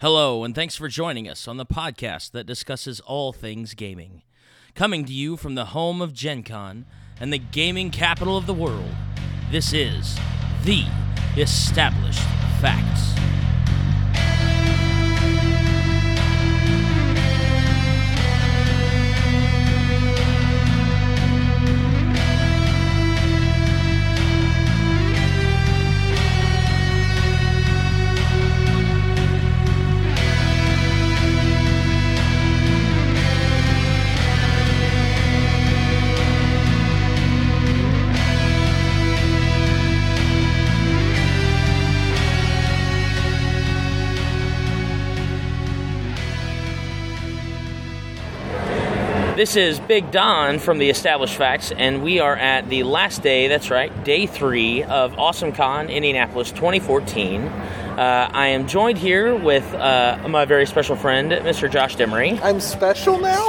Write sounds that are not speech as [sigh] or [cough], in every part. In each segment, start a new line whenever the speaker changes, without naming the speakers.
Hello, and thanks for joining us on the podcast that discusses all things gaming. Coming to you from the home of Gen Con and the gaming capital of the world, this is The Established Facts. This is Big Don from the Established Facts, and we are at the last day, that's right, day three of Awesome Con Indianapolis 2014. Uh, I am joined here with uh, my very special friend, Mr. Josh Demery.
I'm special now.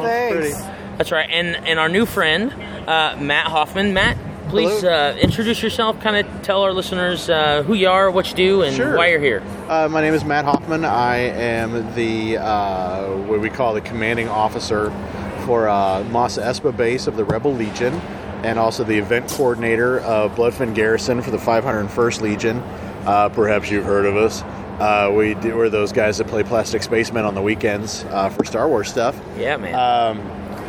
Oh, thanks.
That's right, and and our new friend, uh, Matt Hoffman. Matt, please uh, introduce yourself. Kind of tell our listeners uh, who you are, what you do, and
Sure.
why you're here.
Uh, my name is Matt Hoffman. I am the uh, what we call the commanding officer for uh, Mos Espa base of the Rebel Legion, and also the event coordinator of Bloodfin Garrison for the 501st Legion. Uh, perhaps you've heard of us. Uh, we do, we're those guys that play Plastic Spacemen on the weekends uh, for Star Wars stuff.
Yeah, man.
um,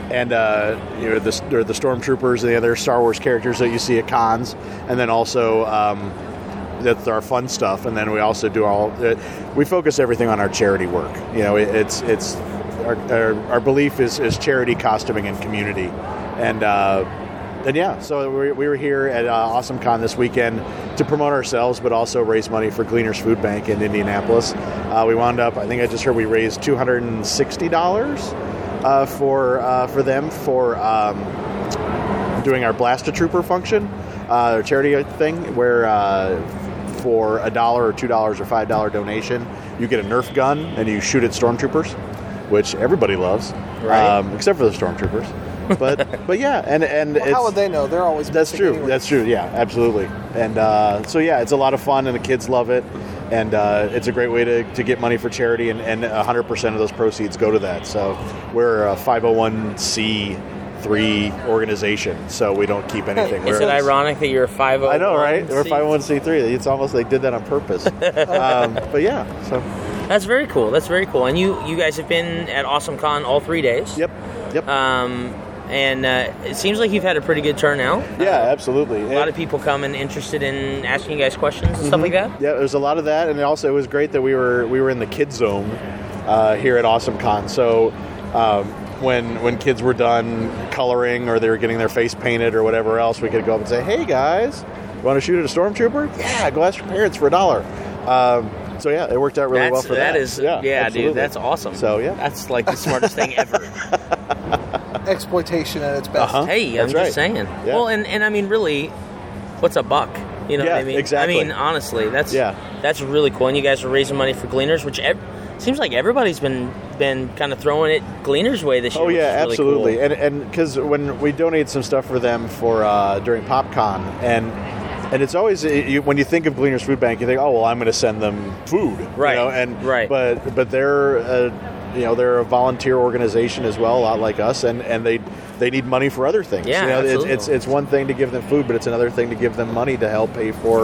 and uh, you know the or the stormtroopers and the other Star Wars characters that you see at cons, and then also um, that's our fun stuff. And then we also do all uh, we focus everything on our charity work. You know, it, it's it's our, our, our belief is, is charity, costuming, and community, and. Uh, and yeah, so we, we were here at uh, Awesome Con this weekend to promote ourselves, but also raise money for Gleaners Food Bank in Indianapolis. Uh, we wound up, I think I just heard we raised two hundred and sixty dollars uh, for uh, for them for um, doing our Blaster Trooper function, uh, our charity thing, where uh, for a dollar or two dollars or five dollar donation, you get a Nerf gun and you shoot at stormtroopers, which everybody loves,
Right.
um, except for the stormtroopers. But [laughs] but yeah, and and
Well, how
it's-
would they know? They're always
that's
missing
true.
anyway.
That's true. Yeah, absolutely. And uh, so yeah, it's a lot of fun, and the kids love it. And uh, it's a great way to, to get money for charity, and, and 100% of those proceeds go to that. So we're a 501c3 organization, so we don't keep anything.
is
We're-
it ironic that you're oh a 501?
I know, right? We're 501c3. It's almost they did that on purpose. um, but yeah, so
That's very cool. That's very cool. And you you guys have been at Awesome Con all three days.
yep, yep.
Um, and uh, it seems like you've had a pretty good turnout.
yeah, absolutely.
A lot of people come and interested in asking you guys questions and
Mm-hmm.
stuff like that.
Yeah, there's a lot of that, and also it was great that we were we were in the kid zone uh, here at Awesome Con. So um, when when kids were done coloring or they were getting their face painted or whatever else, we could go up and say, "Hey guys, you want to shoot at a stormtrooper? Yeah, go ask your parents for a dollar." Um, so yeah, it worked out really
That's,
well for that.
that is, yeah, dude, that's awesome.
So, yeah.
That's like the smartest thing ever.
exploitation at its best.
Uh-huh.
Hey, I'm
That's
just
right.
saying.
Yeah.
Well, and, and I mean, really, what's a buck? You know
Yeah,
what I mean?
exactly.
I mean, honestly, that's
Yeah.
that's really cool. And you guys are raising money for Gleaners, which ev- seems like everybody's been been kind of throwing it Gleaners' way this year.
Oh
which
yeah,
is really
absolutely.
cool.
And and because when we donate some stuff for them for uh, during PopCon, and and it's always you, when you think of Gleaners Food Bank, you think, oh well, I'm going to send them food,
Right,
You know? And
right.
but but they're uh, you know they're a volunteer organization as well, a lot like us, and and they they need money for other things.
Yeah,
you know, it's,
absolutely.
it's it's one thing to give them food, but it's another thing to give them money to help pay for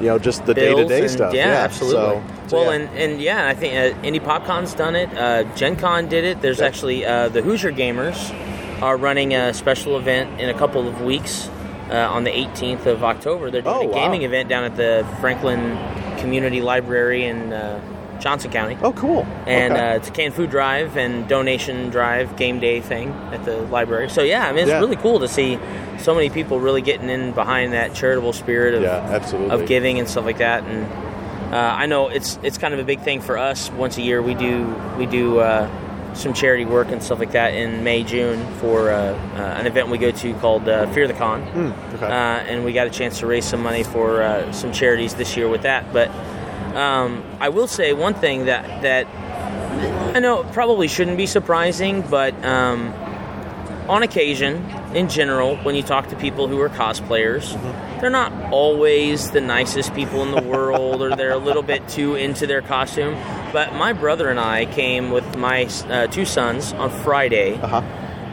you know just the day
Bills
to day
and-
stuff.
Yeah,
So-
absolutely.
so,
well,
yeah.
and and yeah, I think uh, Indie PopCon's done it. Uh, Gen Con did it. There's
Yeah.
actually uh, the Hoosier Gamers are running a special event in a couple of weeks. Uh, on the 18th of October, they're doing
Oh,
a
wow.
gaming event down at the Franklin Community Library in uh, Johnson County,
oh cool.
and
Okay.
uh, it's a canned food drive and donation drive game day thing at the library. So yeah, I mean it's
Yeah.
really cool to see so many people really getting in behind that charitable spirit of
yeah, absolutely.
of giving and stuff like that. And uh, I know it's it's kind of a big thing for us. Once a year, we do we do uh, some charity work and stuff like that in May June for uh, uh, an event we go to called uh, Fear the Con.
Hmm, okay.
Uh, and we got a chance to raise some money for uh, some charities this year with that. But um, I will say one thing that that I know it probably shouldn't be surprising, but um, on occasion, in general, when you talk to people who are cosplayers, they're not always the nicest people in the world, or they're a little bit too into their costume. But my brother and I came with my uh, two sons on Friday,
Uh huh.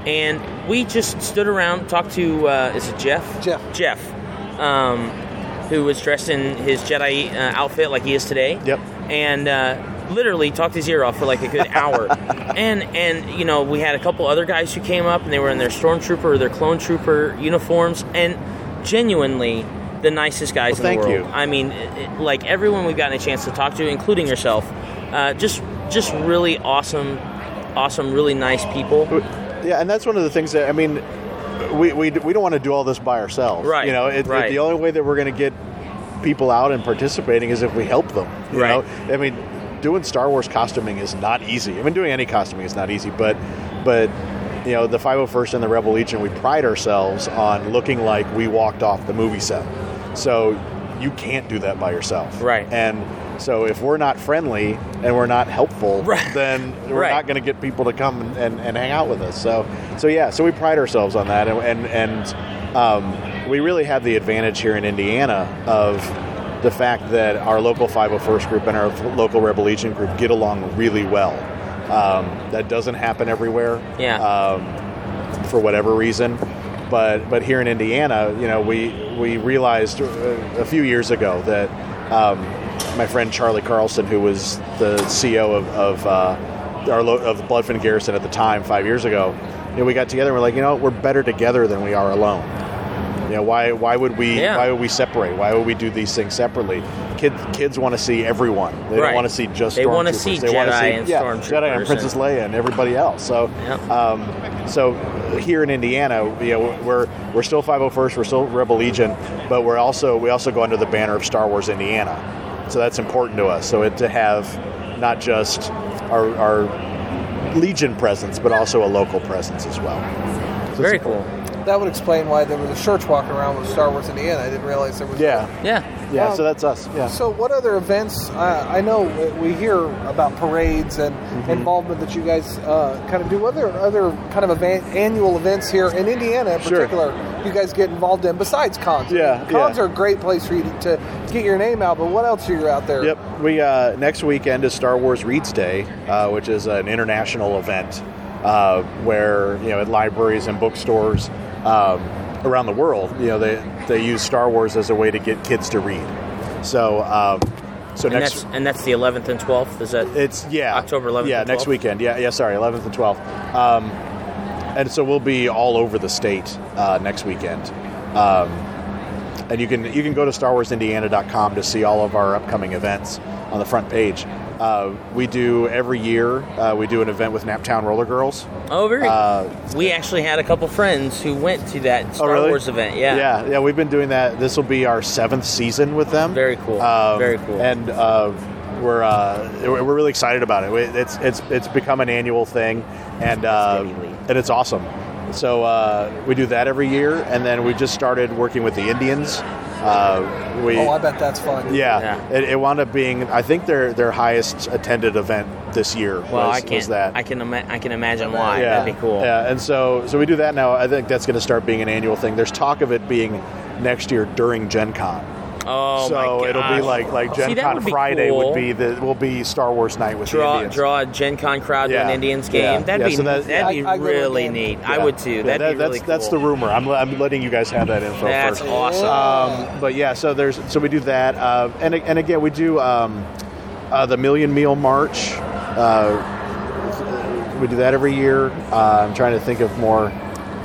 and we just stood around, talked to uh, is it Jeff?
Jeff.
Jeff, um, who was dressed in his Jedi uh, outfit like he is today.
Yep.
And uh, literally talked his ear off for like a good
[laughs]
hour. and and you know we had a couple other guys who came up and they were in their stormtrooper or their clone trooper uniforms and genuinely the nicest guys
Well,
in the
thank
world.
you.
I mean, it- it- like everyone we've gotten a chance to talk to, including yourself, uh, just just really awesome, awesome, really nice people.
Yeah, and that's one of the things that I mean, we we, we don't want to do all this by ourselves,
Right,
You know, it, it-
right.
the only way that we're going to get people out and participating is if we help them. You
Right.
Know? I mean, doing Star Wars costuming is not easy. I mean, doing any costuming is not easy, but but you know, the 501st and the Rebel Legion, we pride ourselves on looking like we walked off the movie set. So you can't do that by yourself,
Right.
And so if we're not friendly and we're not helpful,
[laughs] Right.
then we're
Right.
not going to get people to come and, and, and hang out with us. So so yeah, so we pride ourselves on that, and and, and um, we really have the advantage here in Indiana of the fact that our local 501st group and our local Rebel Legion group get along really well. Um, that doesn't happen everywhere.
Yeah.
Um, for whatever reason. But but here in Indiana, you know, we we realized uh, a few years ago that um, my friend Charlie Carlson, who was the CEO of of uh, our lo- of Bloodfin Garrison at the time five years ago, you know, we got together and we're like, you know, we're better together than we are alone. You know, why why would we
Yeah.
why would we separate? Why would we do these things separately? Kids kids want to see everyone. They
Right.
don't want to see just
They wanna
stormtroopers.
see
They wanna
Jedi
see-
and
yeah, Jedi
stormtroopers
and
and-
Princess Leia and everybody else. So,
Yep.
um, so here in Indiana, you know, we're we're still 501st, we're still Rebel Legion, but we're also we also go under the banner of Star Wars Indiana. So that's important to us. So it to have not just our, our Legion presence, but also a local presence as well.
Very cool.
That would explain why there was a church walking around with Star Wars Indiana. I didn't realize there was.
Yeah,
Yeah.
yeah.
Um,
so that's us. Yeah.
So, what other events? Uh, I know we- we hear about parades and
Mm-hmm.
involvement that you guys uh, kind of do. What other other kind of event, annual events here in Indiana, in
Sure.
particular, you guys get involved in besides cons? I mean,
Yeah,
cons
yeah.
are a great place for you to, to get your name out. But what else are you out there?
Yep. We uh, next weekend is Star Wars Reads Day, uh, which is an international event uh, where you know at libraries and bookstores um, around the world, you know they they use Star Wars as a way to get kids to read. So um, so
And
next
that's and that's the 11th and 12th. Is that
it's yeah
October 11th
Yeah,
and
next
12th.
weekend. Yeah, yeah. Sorry, 11th and 12th. Um, and so we'll be all over the state uh, next weekend. Um, and you can you can go to starwarsindiana.com to see all of our upcoming events on the front page. Uh, we do every year. Uh, we do an event with Naptown Roller Girls.
Oh, very.
Uh, Oh,
we actually had a couple friends who went to that Star Wars event. Yeah.
yeah, yeah. We've been doing that. This will be our seventh season with them. Um,
Very cool. Very cool.
And uh, we're uh, we're we're really excited about it. We- It's it's it's become an annual thing, and uh,
Steady lead.
and it's awesome. So uh, we do that every year, and then we just started working with the Indians. Uh, we
Oh, I bet that's fun.
yeah,
Yeah.
It, it wound up being I think their their highest attended event this year.
Well,
was,
I
was
can
that.
I can ima- I can imagine why.
Yeah.
That'd be cool.
Yeah, and so so we do that now. I think that's going to start being an annual thing. There's talk of it being next year during Gen Con.
Oh my
so
god.
it'll be like like Gen
See, that
Con
would be
Friday
cool.
would be the will be Star Wars night with the
draw
Indians.
draw a Gen Con crowd to
Yeah.
an Indians game.
Yeah.
That'd
Yeah,
be
so that-
that'd
I-
be
I go
really
again.
neat.
Yeah.
I would too.
Yeah,
that'd
that-
be
that's
really cool.
that's the rumor. I'm, I'm letting you guys have that info
That's
first.
awesome.
Um, but yeah, so there's so we do that, uh, and and again we do um, uh, the Million Meal March. Uh, we do that every year. Uh, I'm trying to think of more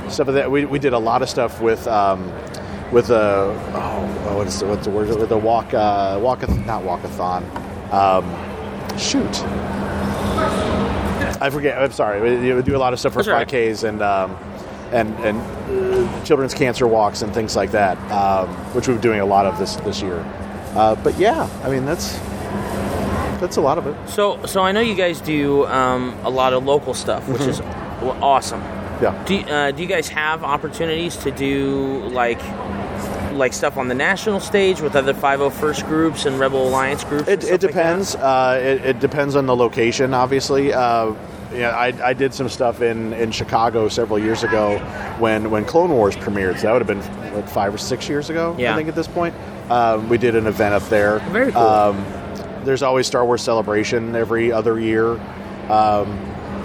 stuff of that. We, we did a lot of stuff with um, with a oh, oh what is the, what's the word with a walk uh, walk not walkathon. Um, shoot. I forget. I'm sorry. We, we do a lot of stuff for
That's all right.
5Ks and um, and and uh, children's cancer walks and things like that, um, which we're doing a lot of this this year. Uh, but yeah, I mean that's that's a lot of it.
so so I know you guys do um, a lot of local stuff, which is w- awesome.
Mm-hmm. Yeah.
Do you, uh, do you guys have opportunities to do like like stuff on the national stage with other 501st groups and Rebel Alliance groups? and
It,
stuff
it
like that?
depends. uh, it, it depends on the location, obviously. Uh, yeah, I, I did some stuff in, in Chicago several years ago when, when Clone Wars premiered. So that would have been like five or six years ago,
Yeah.
I think, at this point. Um, we did an event up there.
Very cool.
Um, there's always Star Wars Celebration every other year. Um,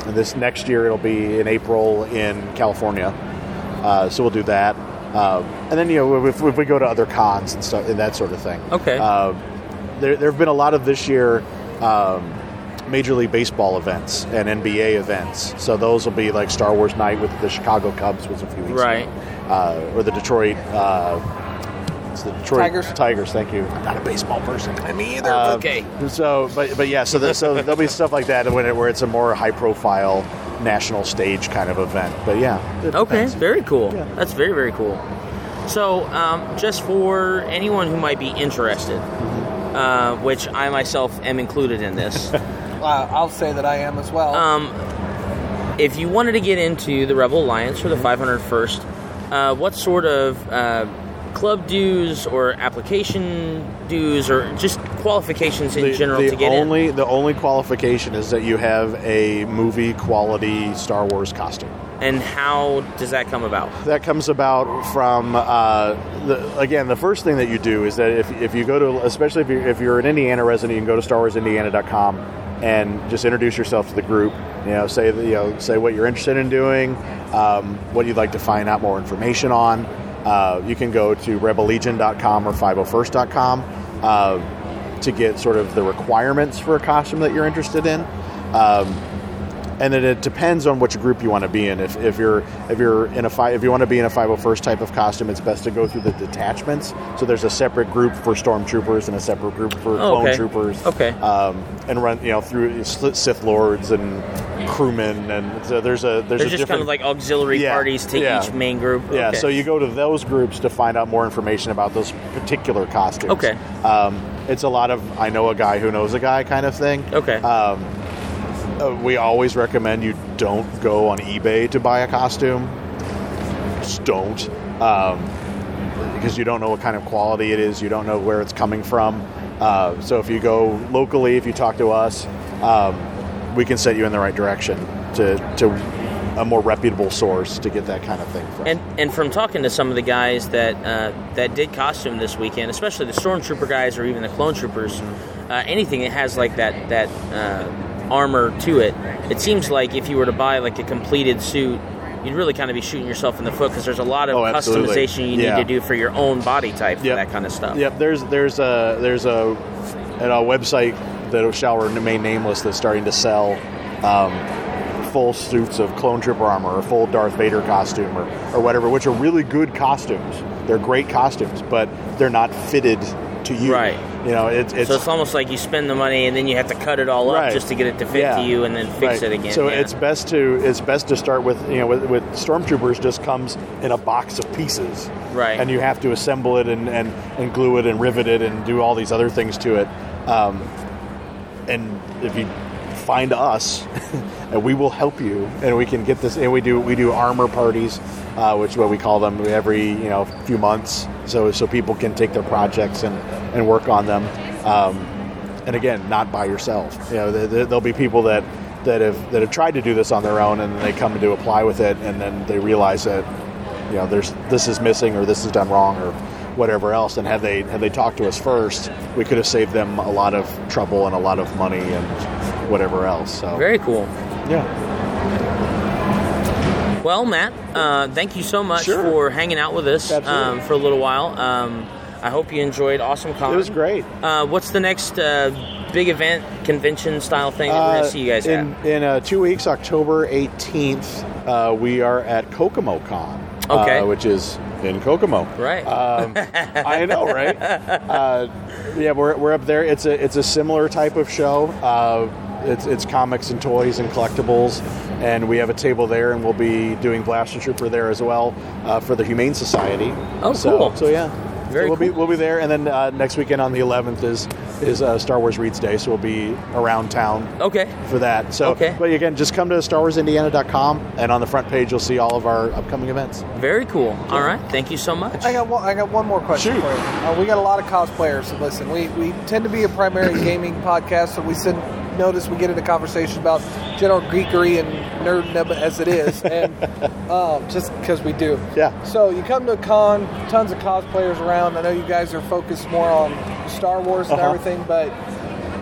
and this next year it'll be in April in California, uh, so we'll do that. Um, and then you know if, if we go to other cons and stuff and that sort of thing.
Okay.
Um, there there have been a lot of this year. Um, Major League Baseball events and NBA events. So those will be like Star Wars Night with the Chicago Cubs was a few weeks
Right.
ago. Uh, or the Detroit uh, it's the Detroit
Tigers.
Tigers, thank you. I'm not a baseball person.
Me either.
Um,
okay.
So, but but yeah, so there, so there'll be stuff like that when it, where it's a more high profile national stage kind of event. But yeah. it
Okay.
depends.
Very cool.
Yeah.
That's very very cool. So, um, just for anyone who might be interested,
Mm-hmm.
uh, which I myself am included
[laughs]
in this.
Uh, I'll say that I am as well.
Um, if you wanted to get into the Rebel Alliance or the
Mm-hmm.
501st, uh, what sort of uh, club dues or application dues or just qualifications in
The,
general
the
to get in?
only the only qualification is that you have a movie quality Star Wars costume.
And how does that come about?
That comes about from uh, the, again the first thing that you do is that if, if you go to especially if you're, if you're an Indiana resident, you can go to StarWarsIndiana.com and just introduce yourself to the group. You know, say that- you know say what you're interested in doing, um, what you'd like to find out more information on. Uh, you can go to rebellegion.com or 501st.com uh, to get sort of the requirements for a costume that you're interested in. Um, and then it depends on which group you want to be in. If, if you're if you're in a fi- if you want to be in a 501st type of costume, it's best to go through the detachments. So there's a separate group for stormtroopers and a separate group for
Oh,
clone
okay.
troopers.
Okay.
Um, and run you know through Sith Sith lords and crewmen and so there's a there's a
They're just
different,
kind of like auxiliary
Yeah,
parties to
yeah.
each main group.
yeah,
Okay.
so you go to those groups to find out more information about those particular costumes.
Okay.
Um, it's a lot of I know a guy who knows a guy kind of thing.
Okay.
Um, uh, we always recommend you don't go on eBay to buy a costume. Just don't. Um, because you don't know what kind of quality it is, you don't know where it's coming from. Uh, so if you go locally, if you talk to us, um, we can set you in the right direction to, to a more reputable source to get that kind of thing from.
And and from talking to some of the guys that uh, that did costume this weekend, especially the stormtrooper guys or even the clone troopers, uh, anything that has like that that uh, armor to it, it seems like if you were to buy like a completed suit, you'd really kind of be shooting yourself in the foot because there's a lot of
Oh, absolutely.
customization you
Yeah.
need to do for your own body type for
Yep.
that kind of stuff.
Yep, there's there's a there's a at a website that shall remain nameless that's starting to sell um, full suits of clone trooper armor or full Darth Vader costume or, or whatever, which are really good costumes. They're great costumes, but they're not fitted to you.
Right.
You know, it's it's
So it's almost like you spend the money and then you have to cut it all up
Right.
just to get it to fit
Yeah.
to you and then fix
Right.
it again.
So
yeah.
it's best to it's best to start with you know with, with stormtroopers just comes in a box of pieces,
Right.
And you have to assemble it and and, and glue it and rivet it and do all these other things to it. Um, and if you find us, [laughs] and we will help you, and we can get this. And we do we do armor parties, uh, which what we call them every you know few months, so so people can take their projects and and work on them. Um, and again, not by yourself. You know, there, there- there'll be people that that have that have tried to do this on their own, and they come to apply with it, and then they realize that you know there's this is missing or this is done wrong or whatever else. And had they had they talked to us first, we could have saved them a lot of trouble and a lot of money and whatever else. So
very cool.
yeah,
Well, Matt, uh, thank you so much
Sure.
for hanging out with us
Absolutely.
um, for a little while. Um, I hope you enjoyed Awesome Con.
it was great.
Uh, what's the next uh, big event, convention style thing that we're going
Uh,
to see you guys
in in uh, two weeks, October eighteenth, uh, we are at Kokomo Con,
Okay.
uh, which is in
[laughs]
Kokomo.
Right. [laughs]
Um, I know, right? Uh, yeah, we're, we're up there. It's a it's a similar type of show. Uh, it's it's comics and toys and collectibles, and we have a table there, and we'll be doing Blaster Trooper there as well uh, for the Humane Society.
Oh,
so,
cool.
So yeah.
Very
so we'll be
cool.
we'll be there, and then uh, next weekend on the 11th is is uh, Star Wars Reads Day, so we'll be around town
at? Okay.
for that. So,
Okay.
but again, just come to StarWarsIndiana.com, and on the front page, you'll see all of our upcoming events.
Very cool. All right. Thank you so much.
I got one. I got one more question
Shoot.
for you. Uh, we got a lot of cosplayers. So listen, we, we tend to be a
[clears throat]
primary gaming podcast, so we send notice we get into conversation about general geekery and nerddom as it
[laughs]
is, and um, just because we do.
Yeah.
So you come to a con, tons of cosplayers around. I know you guys are focused more on Star Wars and
Uh-huh.
everything, but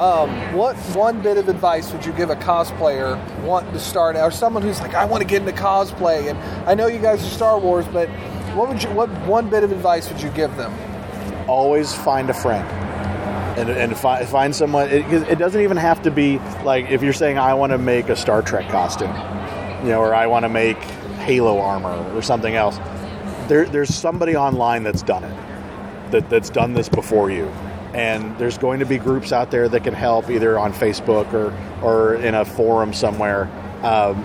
Um, what one bit of advice would you give a cosplayer wanting to start, or someone who's like, I want to get into cosplay? And I know you guys are Star Wars, but what would you? What one bit of advice would you give
[laughs]
them?
always find a friend and, and fi- find someone it, 'cause it doesn't even have to be like if you're saying i want to make a star trek costume you know or i want to make halo armor or something else there, there's somebody online that's done it that, that's done this before you and there's going to be groups out there that can help either on facebook or, or in a forum somewhere um,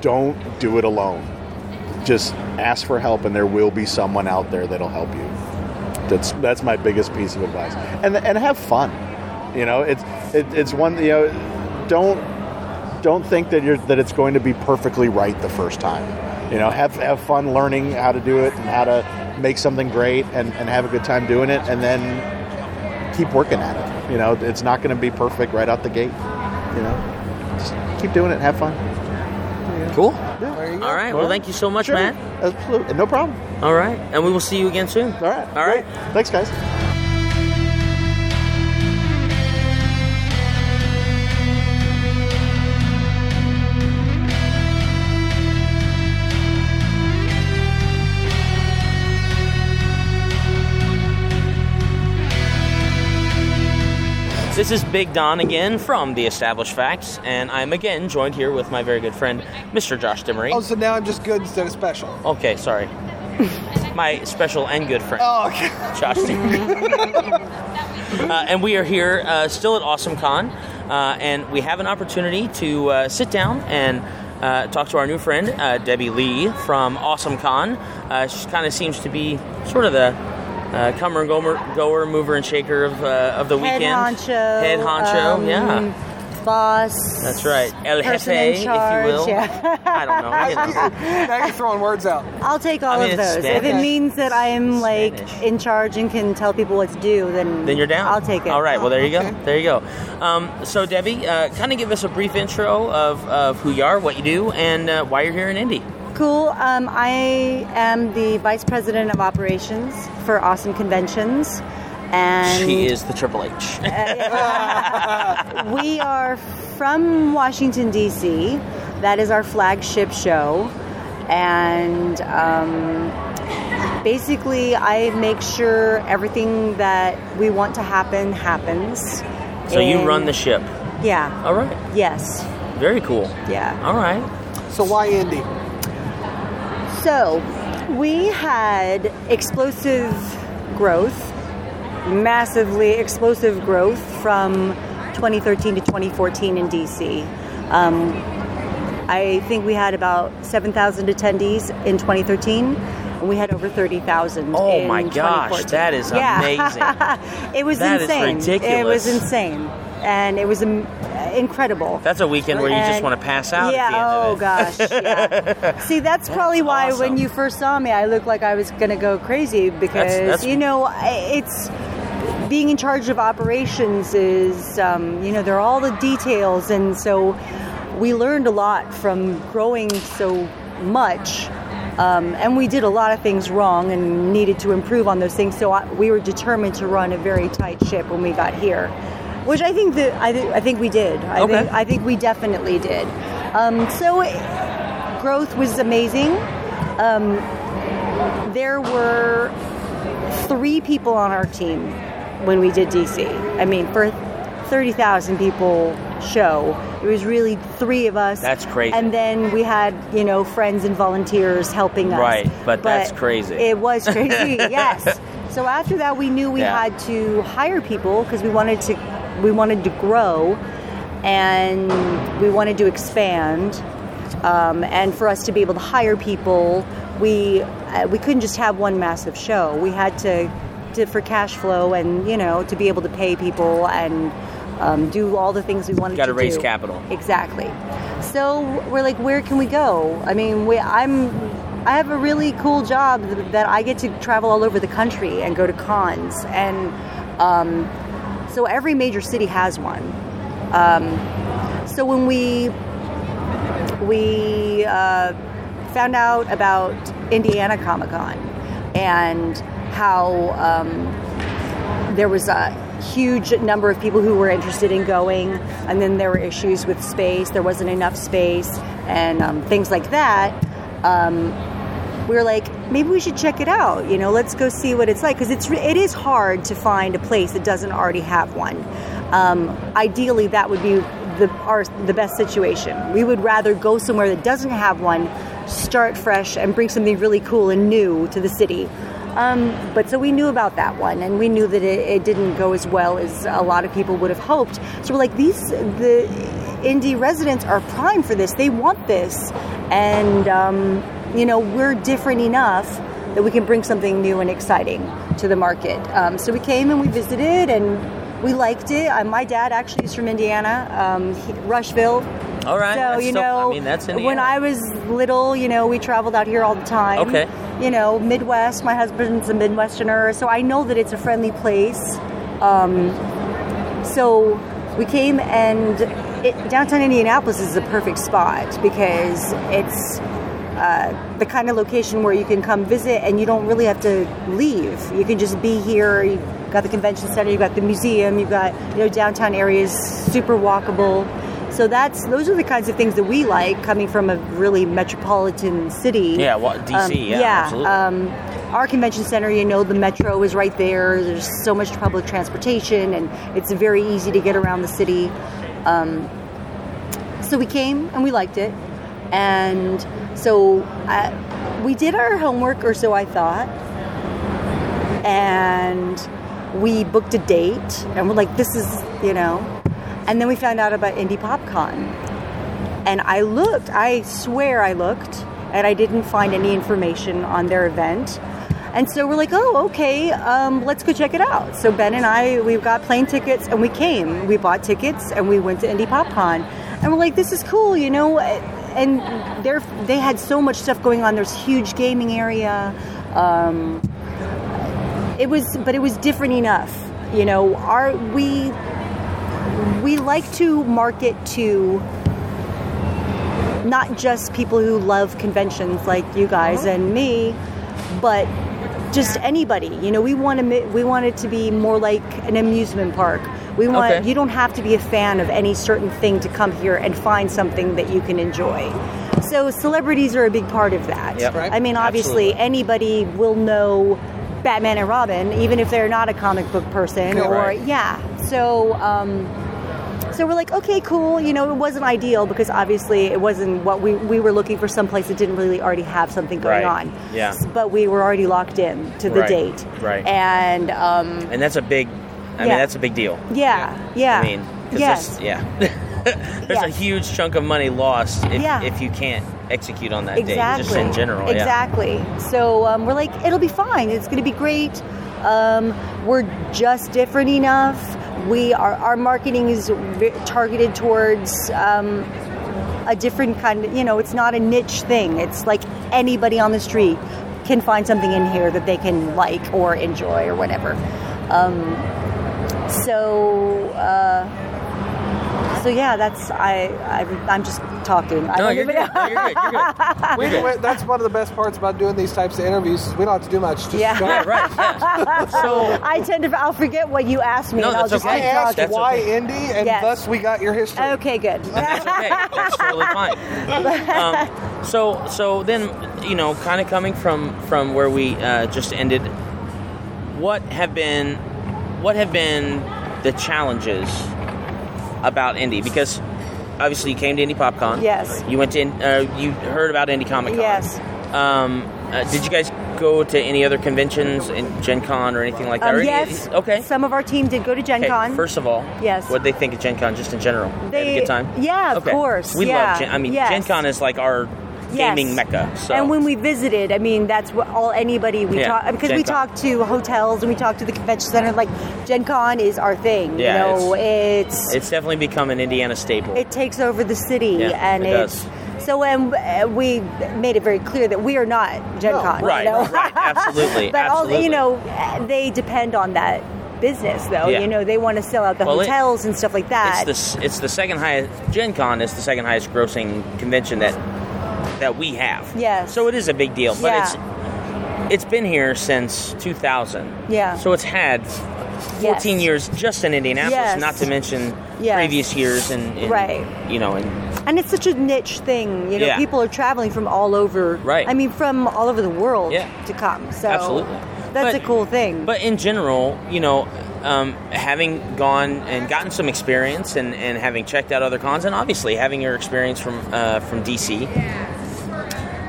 don't do it alone just ask for help and there will be someone out there that'll help you that's that's my biggest piece of advice and and have fun you know it's it, it's one you know don't don't think that you're that it's going to be perfectly right the first time you know have have fun learning how to do it and how to make something great and, and have a good time doing it and then keep working at it you know it's not going to be perfect right out the gate you know just keep doing it and have fun
Cool.
There you go.
All right. Well, thank you so much,
Sure.
Matt.
absolutely no problem
All right. And we will see you again soon.
all right
All right.
Great. thanks guys
This is Big Don again from the Established Facts, and I'm again joined here with my very good friend, Mr. Josh Dimery.
Oh, so now I'm just good instead of special.
Okay, sorry. [laughs] my special and good friend.
Oh, okay.
Josh. uh, and we are here uh, still at Awesome Con, uh, and we have an opportunity to uh, sit down and uh, talk to our new friend, uh, Debbie Lee from Awesome Con. Uh, she kind of seems to be sort of the uh, comer and goer, goer, mover and shaker of, uh, of the
Head
weekend.
honcho.
Head honcho,
um,
yeah.
Boss.
That's right. El
person in
jefe,
charge,
if you will.
yeah.
I don't know. You know.
[laughs]
now you're throwing words out.
I'll take all
I mean,
of
it's
those. If
Spanish.
it means that I'm like
Spanish.
in charge and can tell people what to do, then
then you're down.
I'll take it.
All right. Well, there you
Okay.
go. There you go. Um, so, Debbie, uh, kind of give us a brief intro of, of who you are, what you do, and uh, why you're here in Indy.
Cool. Um, I am the vice president of operations for Awesome Conventions, and
she is the Triple H. [laughs]
we are from Washington D.C. That is our flagship show, and um, basically, I make sure everything that we want to happen happens.
so you
And-
run the ship.
Yeah.
All right.
Yes.
Very cool.
Yeah.
All right.
So why Indy?
So, we had explosive growth, massively explosive growth from 2013 to 2014 in DC. Um, I think we had about 7,000 attendees in 2013. and We had over 30,000.
Oh
in
my gosh,
2014.
that is amazing.
[laughs] it was
That is
insane. It was
ridiculous.
insane. And it was um, incredible.
That's a weekend where you just
And-
want to pass out
Yeah.
at the end
oh
of it.
gosh.
[laughs]
Yeah. See, that's, probably why
awesome.
when you first saw me, I looked like I was gonna go crazy because
that's-
you know I- it's being in charge of operations is um, you know there are all the details, and so we learned a lot from growing so much. Um, and we did a lot of things wrong and needed to improve on those things. So I, we were determined to run a very tight ship when we got here, which I think that I, th- I think we did. I
Okay.
think I think we definitely did. Um, so it, growth was amazing. Um, there were three people on our team when we did DC. I mean, for 30,000 people show, it was really three of us.
That's crazy.
And then we had, you know, friends and volunteers helping us.
Right, but that's crazy.
It was crazy, yes. So after that, we knew we
Yeah.
had to hire people because we wanted to, we wanted to grow, and we wanted to expand. Um, and for us to be able to hire people, we uh, we couldn't just have one massive show. We had to, to for cash flow and you know to be able to pay people and um, do all the things we wanted
Gotta
to
raise
do.
capital.
Exactly. So we're like, where can we go? I mean, we, I'm, I have a really cool job th- that I get to travel all over the country and go to cons, and um, so every major city has one. Um, so when we we uh, found out about Indiana Comic Con and how um, there was a huge number of people who were interested in going, and then there were issues with space. There wasn't enough space, and um, things like that. Um, we were like, maybe we should check it out. You know, let's go see what it's like because it's it is hard to find a place that doesn't already have one. Um, ideally, that would be the our the best situation. We would rather go somewhere that doesn't have one, start fresh, and bring something really cool and new to the city. Um, but so we knew about that one, and we knew that it, it didn't go as well as a lot of people would have hoped. So we're like, these the indie residents are prime for this. They want this, and um, you know we're different enough that we can bring something new and exciting to the market. Um, so we came and we visited, and we liked it. Uh, my dad actually is from Indiana, um, he- Rushville.
All right.
So
that's
you
still-
know,
I mean, that's in
when I was little, you know, we traveled out here all the time.
Okay.
You know, Midwest. My husband's a Midwesterner, so I know that it's a friendly place. Um, so we came and it, downtown Indianapolis is the perfect spot because it's uh, the kind of location where you can come visit and you don't really have to leave. You can just be here. You've got the convention center, you've got the museum, you've got you know downtown areas super walkable. So that's those are the kinds of things that we like coming from a really metropolitan city.
Yeah, wa- DC,
Um,
yeah, absolutely.
um, our convention center, you know, the metro is right there. There's so much public transportation, and it's very easy to get around the city. Um, so we came and we liked it, and so I, we did our homework, or so I thought, and we booked a date, and we're like, this is, you know, and then we found out about Indie PopCon, and I looked, I swear I looked, and I didn't find any information on their event. And so we're like, oh, okay, um, let's go check it out. So Ben and I, we got plane tickets and we came. We bought tickets and we went to Indie PopCon. And we're like, this is cool, you know? And they're, they had so much stuff going on. There's huge gaming area. Um, it was, but it was different enough. You know, our, we, we like to market to not just people who love conventions like you
Uh-huh.
guys and me, but just anybody. You know, we want to we want it to be more like an amusement park. We want
Okay.
you don't have to be a fan of any certain thing to come here and find something that you can enjoy. So celebrities are a big part of that.
Yep.
Right.
I mean, obviously,
Absolutely.
anybody will know Batman and Robin, even if they're not a comic book person.
Correct.
Or
Right.
yeah, so. Um, so we're like, okay, cool. You know, it wasn't ideal because obviously it wasn't what we, we were looking for. Someplace that didn't really already have something going
Right.
on.
Yeah.
But we were already locked in to the
Right.
date.
Right.
And um,
and that's a big. I mean,
Yeah.
that's a big deal.
yeah, yeah.
I mean, 'cause
yes,
there's, yeah, [laughs] there's a
Yes.
huge chunk of money lost if,
Yeah.
if you can't execute on that day,
exactly.
just in general.
Exactly. So um, we're like, it'll be fine. It's going to be great. Um, we're just different enough. We are. Our marketing is v- targeted towards um, a different kind of, you know, it's not a niche thing. It's like anybody on the street can find something in here that they can like or enjoy or whatever. Um, so, uh, so yeah, that's I. I'm, I'm just talking. I
Yeah. No,
don't
you're
even
good. No, you're good. You're
[laughs]
good.
We,
You're good.
we- that's one of the best parts about doing these types of interviews is we don't have to do much. Just
Yeah.
go.
Yeah, right.
[laughs]
[laughs]
yeah. So
I tend to. I'll forget what you asked me.
No,
and I'll
that's
just
okay.
I
keep talking.
asked
That's
why
okay.
Indy, and
Yes.
thus we got your history.
Okay, good.
that's okay.
[laughs]
That's totally fine. Um, so so then you know, kind of coming from from where we uh, just ended, what have been what have been the challenges about indie? Because obviously you came to Indie PopCon.
Yes.
You went to in- uh, you heard about Indie Comic Con.
Yes.
Um, uh, did you guys go to any other conventions, in Gen Con or anything like that?
Um,
Or any-
yes.
Okay.
Some of our team did go to Gen
Okay,
Con.
First of all,
Yes.
What they think of Gen Con just in general? They, had
They-
a good time.
yeah, of
Okay.
course,
We
yeah,
love. Gen, I mean,
yes.
Gen Con is like our
Yes.
gaming mecca. So
And when we visited, I mean, that's what all anybody we
Yeah,
talk because
Gen
we
Con.
talked to hotels and we talked to the convention center. Like Gen Con is our thing.
Yeah,
you know, it's,
it's definitely become an Indiana staple.
it takes over the city
Yeah,
and
it
it's so um, uh, we made it very clear that we are not Gen
No,
Con. you
right,
know?
right,
[laughs]
absolutely,
but all
absolutely.
you know, they depend on that business though.
Yeah.
You know, they want to sell out the
Well, it-
hotels and stuff like that.
it's the s- it's the second highest. Gen Con is the second highest grossing convention that that we have.
Yes.
So it is a big deal, but
Yeah.
it's it's been here since 2000.
Yeah.
So it's had 14
Yes.
years just in Indianapolis,
Yes.
not to mention
Yes.
previous years and, and,
Right.
you know and
And it's such a niche thing, you know.
Yeah.
People are traveling from all over.
Right.
I mean, from all over the world
Yeah.
to come. So
Absolutely.
that's
But-
a cool thing.
but in general, you know, um, having gone and gotten some experience and, and having checked out other cons and obviously having your experience from uh, from DC.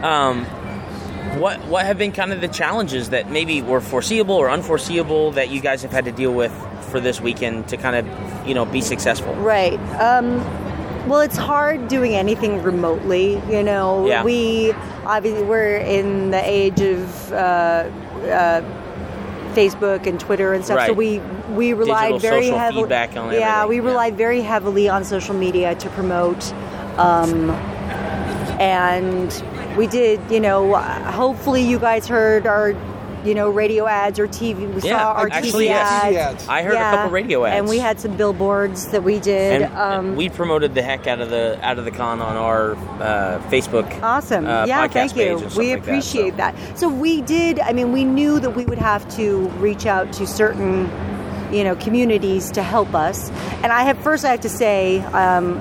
Um, what what have been kind of the challenges that maybe were foreseeable or unforeseeable that you guys have had to deal with for this weekend to kind of you know be successful?
Right. Um, well, it's hard doing anything remotely. You know,
Yeah.
we obviously we're in the age of uh, uh, Facebook and Twitter and stuff. So
Right.
we we relied
Digital
very
social
heavily.
feedback on
yeah,
everything,
we
yeah.
relied very heavily on social media to promote. Um, and we did, you know. Hopefully, you guys heard our, you know, radio ads or TV. We
Yeah,
saw our
actually,
TV
yes.
ads.
ads.
I heard a couple radio ads.
and we had some billboards that we did.
and,
um,
and we promoted the heck out of the out of the con on our uh, Facebook.
Awesome.
uh,
yeah,
podcast
thank
page
you.
and stuff
We
like that,
appreciate that so. we did, I mean, we knew that we would have to reach out to certain, you know, communities to help us. And I have, first, I have to say, um,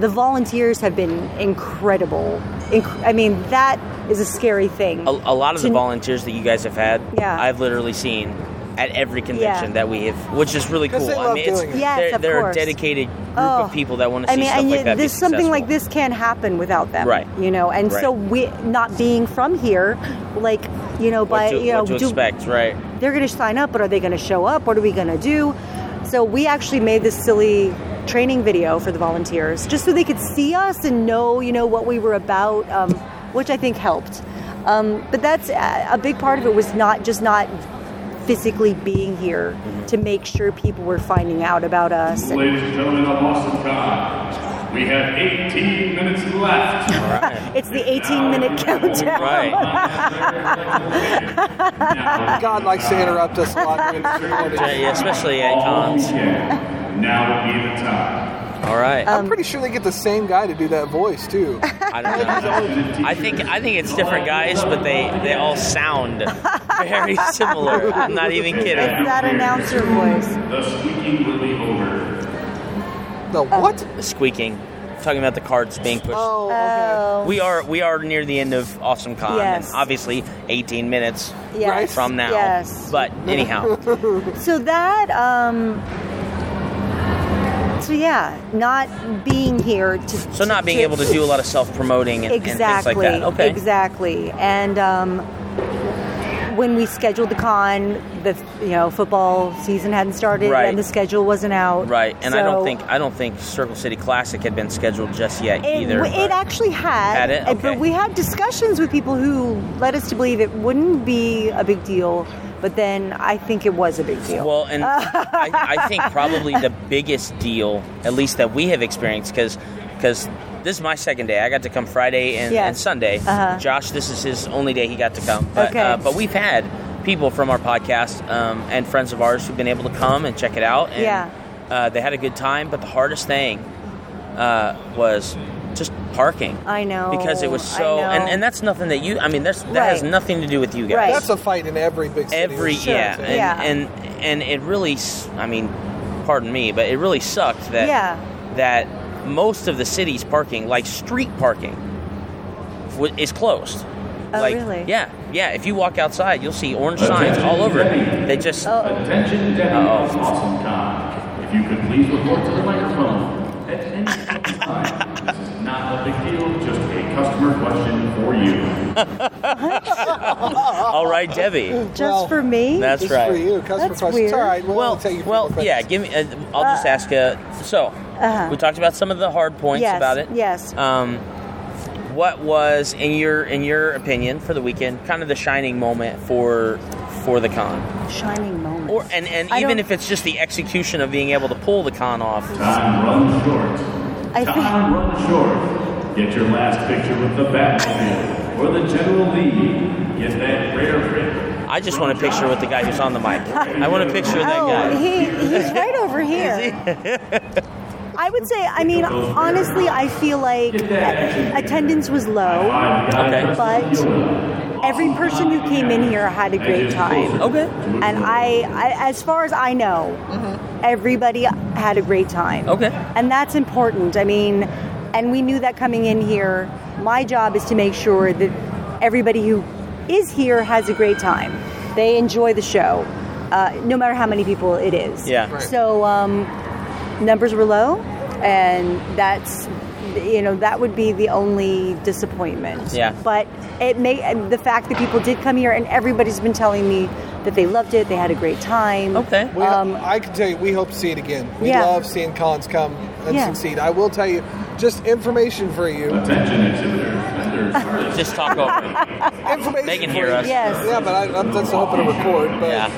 the volunteers have been incredible. Inc- I mean, that is a scary thing.
a, a lot of the
To-
volunteers that you guys have had,
Yeah.
I've literally seen at every convention
Yeah.
that we have, which is really
'Cause
cool.
they
I
love
mean, it's,
doing it.
Yes,
they're,
of
they're a
course.
dedicated group
Oh.
of people that want to see
I mean,
stuff
and
like
yet
that. be
this something like
successful.
this can't happen without them,
Right.
You know, and so
Right.
we not being from here, like you know,
What
by
to,
you know,
what to
do-
expect, right?
they're going to sign up, but are they going to show up? What are we going to do? So we actually made this silly training video for the volunteers, just so they could see us and know, you know, what we were about, um, which I think helped. Um, but that's uh, a big part of it was not just not physically being here to make sure people were finding out about us. And,
Ladies and gentlemen of Boston Con, we have 18 minutes left. [laughs]
it's the 18 minute countdown. [laughs]
Right.
God likes to interrupt us a lot. During this recording.
Yeah, yeah, especially at
All
cons.
weekend. Now would be the time.
All right.
Uh, Um,
I'm pretty sure they get the same guy to do that voice too.
I don't know. I think I think it's different guys, but they they
[laughs]
all sound [laughs] very similar. I'm not even
It's
kidding.
that announcer voice.
The squeaking will be over.
The what?
Squeaking, talking about the cards being pushed.
Oh, okay.
Oh,
We are we are near the end of Awesome Con,
Yes.
and obviously 18 minutes
yes,
from now.
Yes.
But
[laughs]
[laughs] anyhow,
So that, um, so yeah, not being here to.
so not being able to do a lot of self promoting and, and
exactly,
things like that. Okay.
exactly, and um, when we scheduled the con, the you know football season hadn't started
Right.
and the schedule wasn't out.
Right. And I
So
don't think I don't think Circle City Classic had been scheduled just yet
It,
either.
it [laughs]
but-
actually had,
Had it?
and-
Okay.
but we had discussions with people who led us to believe it wouldn't be a big deal, but then I think it was a big deal.
Well, and I, I think probably the biggest deal, at least that we have experienced, because this is my second day. I got to come Friday and,
Yes.
and Sunday.
Uh-huh.
Josh, this is his only day he got to come. But,
Okay.
uh, but we've had people from our podcast um, and friends of ours who've been able to come and check it out.
[laughs]
And,
Yeah.
Uh, they had a good time, but the hardest thing uh, was just parking.
[laughs] I know
Because it was
I
so, and,
know.
and that's nothing that you. I mean, that's, that has
Right.
nothing to do with you guys
Right.
That's a fight in every big city.
every
Sure.
yeah, and,
Yeah.
and and it really s- I mean pardon me but it really sucked that
Yeah.
that most of the city's parking like street parking w- is closed
Oh,
like
really?
yeah yeah if you walk outside you'll see orange signs all over it they just
Oh.
Oh.
Attention, Debbie of Boston Con. If you could please report to the microphone at any time. This is not a big deal, just a customer question for you.
Uh,
all right Debbie
just
Well,
for me.
that's
This is
right
for you, customer
That's
questions. It's All
weird.
right. We'll
well,
take you.
well yeah give me uh, I'll just ask you so we talked about some of the hard points
Uh-huh. Yes, yes.
about it um what was in your in your opinion for the weekend kind of the shining moment for for the con
shining moment.
or and and
I
even
don't-
if it's just the execution of being able to pull the con off
Time runs short.
I think
Time
[laughs]
runs short. Get your last picture with the Batmobile or the General Lee. Get that rare print.
i just want a picture with the guy who's on the mic i want a picture of that
oh,
guy [laughs]
he, he's right over here.
Is he?
I would say, I mean, honestly, I feel like attendance was low,
Okay.
but every person who came in here had a great time.
Okay.
And I, I as far as I know, everybody had a great time.
Mm-hmm. Okay.
And that's important. I mean, and we knew that coming in here. My job is to make sure that everybody who is here has a great time. They enjoy the show, uh, no matter how many people it is.
Yeah. Right.
So um, numbers were low, and that's you know that would be the only disappointment.
Yeah.
But it may and the fact that people did come here, and everybody's been telling me that they loved it, they had a great time.
Okay.
We,
Um,
I can tell you, we hope to see it again. We
Yeah.
love seeing cons come and
Yeah.
succeed. I will tell you, just information for you.
Attention exhibitors, vendors, artists,
Just talk over. it.
[laughs]
Information
They can
for
hear
you.
us.
Yes.
Yeah, but I, I'm, that's hoping to record. But
Yeah.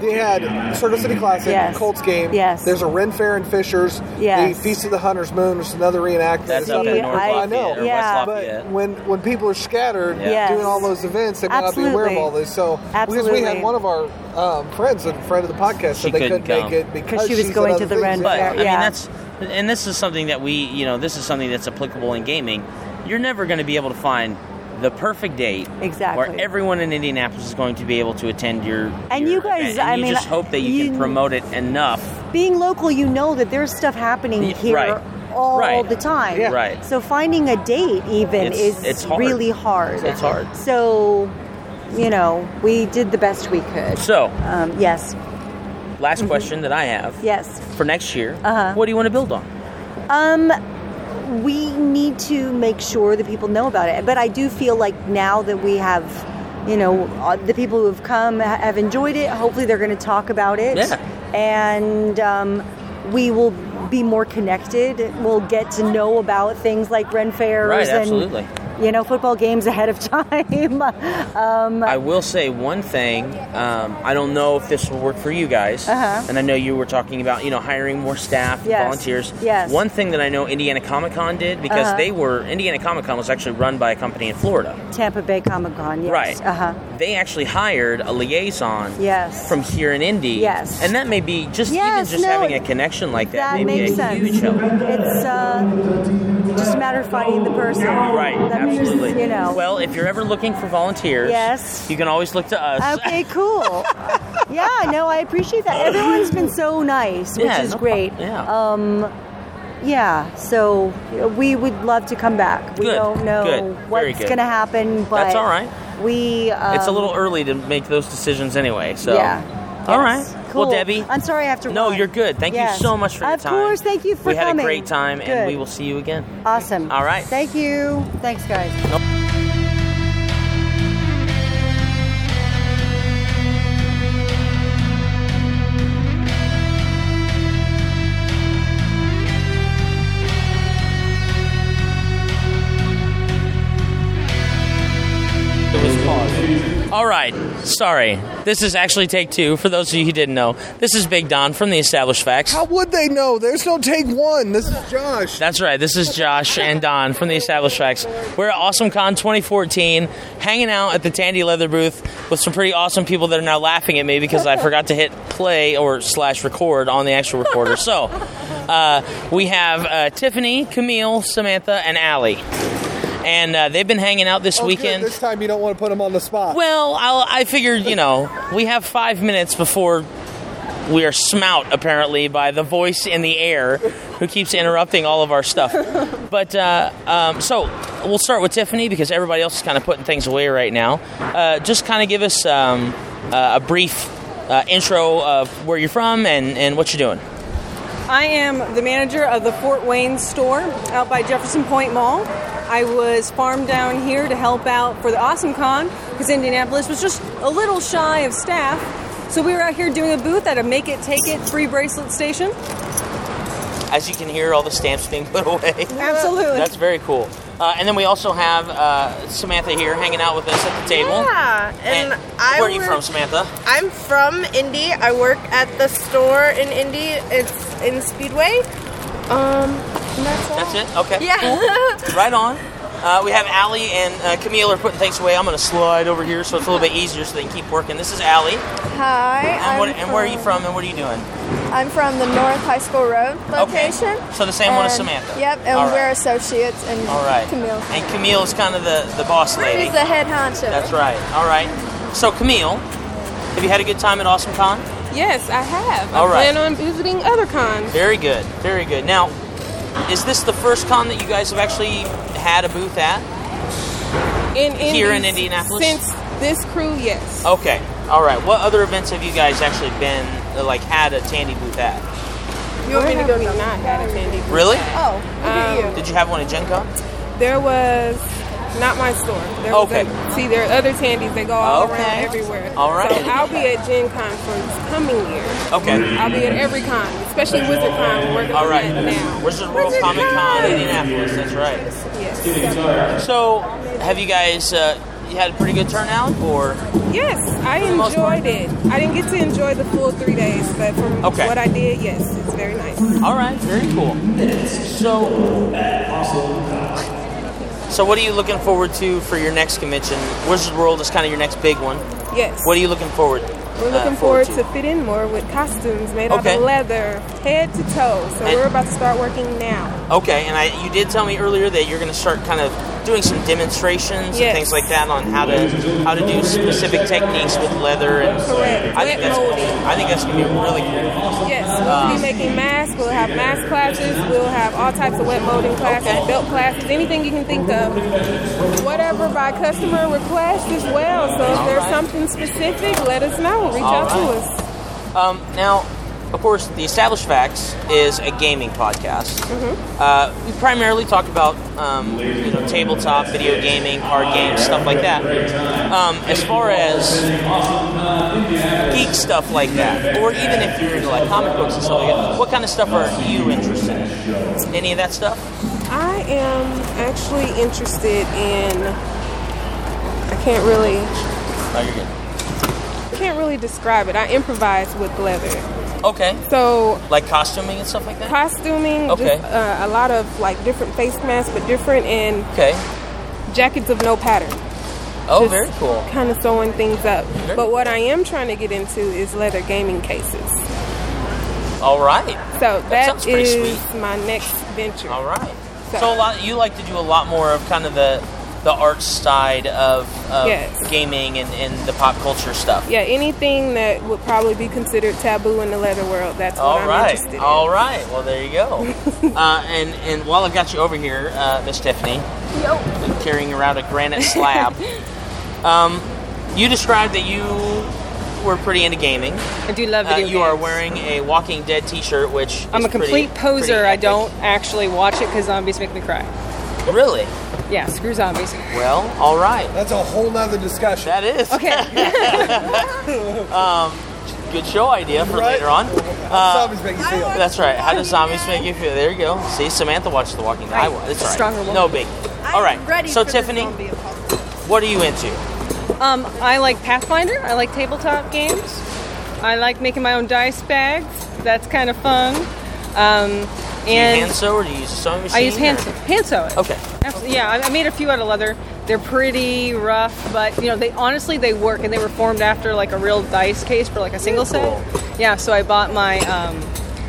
They had Circle City Classic,
Yes.
Colts game.
Yes.
There's a Ren Fair and Fishers.
Yes.
The Feast of the Hunter's Moon, which is another reenactment.
That's up
See,
in North
I-
Lafayette or
yeah.
West
But
Lafayette.
when when people are scattered
Yeah.
Yes.
doing all those events, they may not be aware of
Absolutely.
all this. So because we had
Absolutely.
one of our um, friends, a friend of the
She
podcast, said they
couldn't
couldn't
come.
make it because
she was
she's
going
at
to
other
the Ren
things.
But I mean,
Yeah.
that's and this is something that we, you know, this is something that's applicable in gaming. You're never going to be able to find the perfect date
Exactly.
where everyone in Indianapolis is going to be able to attend your.
And
your
you guys,
event.
I
you
mean,
just hope that you, can
you-
promote it enough.
being local, you know that there's stuff happening
Yeah,
here
right.
all
Right.
the time.
Yeah. Right.
So finding a date even
It's-
is
it's hard.
really hard.
It's hard.
So, you know, we did the best we could.
So,
Um, yes.
last question that I have
Yes.
for next year:
mm-hmm. Uh-huh.
What do you want to build on?
Um, we need to make sure that people know about it. But I do feel like now that we have, you know, uh, the people who have come ha- have enjoyed it. Hopefully, they're going to talk about it.
Yeah.
And um, we will be more connected. We'll get to know about things like Ren Fairs
Right,
and
absolutely.
you know football games ahead of [laughs] time. um,
I will say one thing. Um, I don't know if this will work for you guys,
Uh-huh.
and I know you were talking about you know hiring more staff,
Yes.
volunteers.
Yes.
One thing that I know Indiana Comic Con did because
Uh-huh.
they were Indiana Comic Con was actually run by a company in Florida.
Tampa Bay Comic Con. Yes.
Right.
Uh huh.
They actually hired a liaison.
Yes.
From here in Indy.
Yes.
And that may be just even
Yes,
just
no,
having a connection like that,
that
may be
makes
a
sense.
huge help.
It's uh, just a matter of finding the person.
Right,
That means,
absolutely.
you know.
Well, if you're ever looking for volunteers,
Yes.
you can always look to us.
Okay, cool. yeah, no, I appreciate that. Everyone's been so nice, which
Yeah,
is
no prob-
great.
yeah.
Um, yeah. So uh, we would love to come back. We
Good,
don't know
good, very
what's
good.
going to happen, but
That's all right.
We. Um,
it's a little early to make those decisions anyway. So,
Yeah.
all right.
Yes.
Well,
Cool.
Debbie,
I'm sorry I have to.
no,
run.
you're good. Thank
Yes.
you so much for your
Of
time.
course, thank you for
We had
coming.
a great time,
Good.
and we will see you again.
Awesome.
All right.
Thank you. Thanks, guys.
It was paused. Mm-hmm. All right, sorry. This is actually take two. For those of you who didn't know, this is Big Don from the Established Facts.
How would they know? There's no take one. This is Josh.
That's right. This is Josh and Don from the Established Facts. We're at AwesomeCon 2014, hanging out at the Tandy Leather booth with some pretty awesome people that are now laughing at me because I forgot to hit play or slash record on the actual recorder. So uh, we have uh, Tiffany, Camille, Samantha, and Allie. And uh, they've been hanging out this
Oh, good.
weekend.
This time you don't want to put them on the spot.
Well, I'll, I figured, you know, we have five minutes before we are smout, apparently, by the voice in the air who keeps interrupting all of our
[laughs]
stuff. But, uh, um, so we'll start with Tiffany because everybody else is kind of putting things away right now. Uh, just kind of give us um, uh, a brief uh, intro of where you're from and, and what you're doing.
I am the manager of the Fort Wayne store out by Jefferson Point Mall. I was farmed down here to help out for the Awesome Con because Indianapolis was just a little shy of staff. So we were out here doing a booth at a Make It Take It free bracelet station.
As you can hear, all the stamps being [laughs] put away.
Absolutely.
That's very cool. Uh, and then we also have uh, Samantha here hanging out with us at the table.
Yeah, and I
where are you
work-
from, Samantha?
I'm from Indy. I work at the store in Indy. It's in Speedway. Um, and that's all.
That's it. Okay.
Yeah. [laughs]
Cool. Right on. Uh, we have Allie and uh, Camille are putting things away. I'm going to slide over here so it's a little bit easier so they can keep working. This is Allie.
Hi.
And, what, and where are you from and what are you doing?
I'm from the North High School Road
Okay.
location.
So the same one as
And-
Samantha.
Yep, and
All right.
we're associates and
All right.
Camille.
And Camille is kind of the, the boss lady.
She's the head honcho.
That's right. All right. So Camille, have you had a good time at Awesome Con?
Yes, I have.
All
I
right.
plan on visiting other cons.
Very good. Very good. Now, is this the first con that you guys have actually had a booth at?
In
Here in
Indies
Indianapolis?
Since this crew, yes.
Okay. All right. What other events have you guys actually been uh, like had a Tandy booth at?
You want me to go now?
Not had a candy.
Really?
Oh, look
Uh,
at you.
Did you have one at Gen Con?
Um, There was not my store. There
Okay.
Was a, see, there are other tandies. They go all
Oh. Okay.
around everywhere.
All right.
So I'll be at Gen Con for this coming year.
Okay.
I'll be at every con, especially Wizard Con. We're working
All right.
on that now.
Where's the World Comic Con in Indianapolis? That's right. So, have you guys uh, you had a pretty good turnout or?
Yes, I
most part.
enjoyed it. I didn't get to enjoy the full three days, but from
Okay.
what I did, yes, it's very nice.
All right, very cool. So, so what are you looking forward to for your next convention? Wizard World is kind of your next big one.
Yes.
What are you looking forward?
We're
uh,
looking forward to fit in more with costumes made out
Okay.
of leather, head to toe. So
And-
we're about to start working now.
Okay, and I, you did tell me earlier that you're going to start kind of doing some demonstrations and
Yes.
things like that on how to how to do specific techniques with leather and.
Correct.
I think
Wet
that's
molding.
I think that's going to be really cool.
Yes, we'll be making masks. We'll have mask classes. We'll have all types of wet molding classes,
Okay.
belt classes, anything you can think of. Whatever by customer request as well. So if there's
right.
something specific, let us know. Reach
All
out
right.
to us.
Um, now, of course, the Established Facts is a gaming podcast.
Mm-hmm.
Uh, we primarily talk about um, you know tabletop, video gaming, card games, stuff like that. Um, as far as geek stuff like that, or even if you're into like comic books and stuff like that, what kind of stuff are you interested in? Any of that stuff?
I am actually interested in. I can't really,
Oh, you're good.
I can't really describe it. I improvise with leather.
Okay.
So
Like costuming and stuff like that.
costuming,
Okay.
just, uh, a lot of like different face masks, but different and
Okay.
jackets of no pattern.
Oh, very cool.
Kind of sewing things up.
Very
But what I am trying to get into is leather gaming cases.
All right.
So
sounds
that
pretty
is my next venture.
All right. So,
So-
a lot you like to do a lot more of kind of the the art side of, of
Yes.
gaming and, and the pop culture stuff.
Yeah, anything that would probably be considered taboo in the leather world, that's what
All
I'm
right.
interested in.
All right. Well, there you go.
[laughs]
uh, and and while I've got you over here, uh, Miss Tiffany, carrying around a granite
[laughs]
slab. um, you described that you were pretty into gaming.
I do love
Uh,
video
you are
games.
wearing a Walking Dead T-shirt, which
I'm
is
a complete
pretty-
poser.
pretty
I
epic.
don't actually watch it because zombies make me cry.
really.
Yeah, screw zombies.
Well, all right.
That's a whole nother discussion.
That is. [laughs] Um,
Okay.
Good show idea for
Right?
later on. Uh,
Zombies make you feel.
That's right. How do zombies make you feel? There you go. See, Samantha watched The Walking Dead. I watched. It's all right.
Stronger woman.
No big.
I'm
All right.
Ready
so
for the
Tiffany,
zombie apocalypse.
what are you into?
um, I like Pathfinder. I like tabletop games. I like making my own dice bags. That's kind of fun. Um,
Do you
and
hand sew or do you use a sewing machine?
I use hand
or-
hand sewing.
Okay.
Absolutely. Yeah, I, I made a few out of leather. They're pretty rough, but you know, they honestly they work, and they were formed after like a real dice case for like a single set. Yeah, so I bought my um,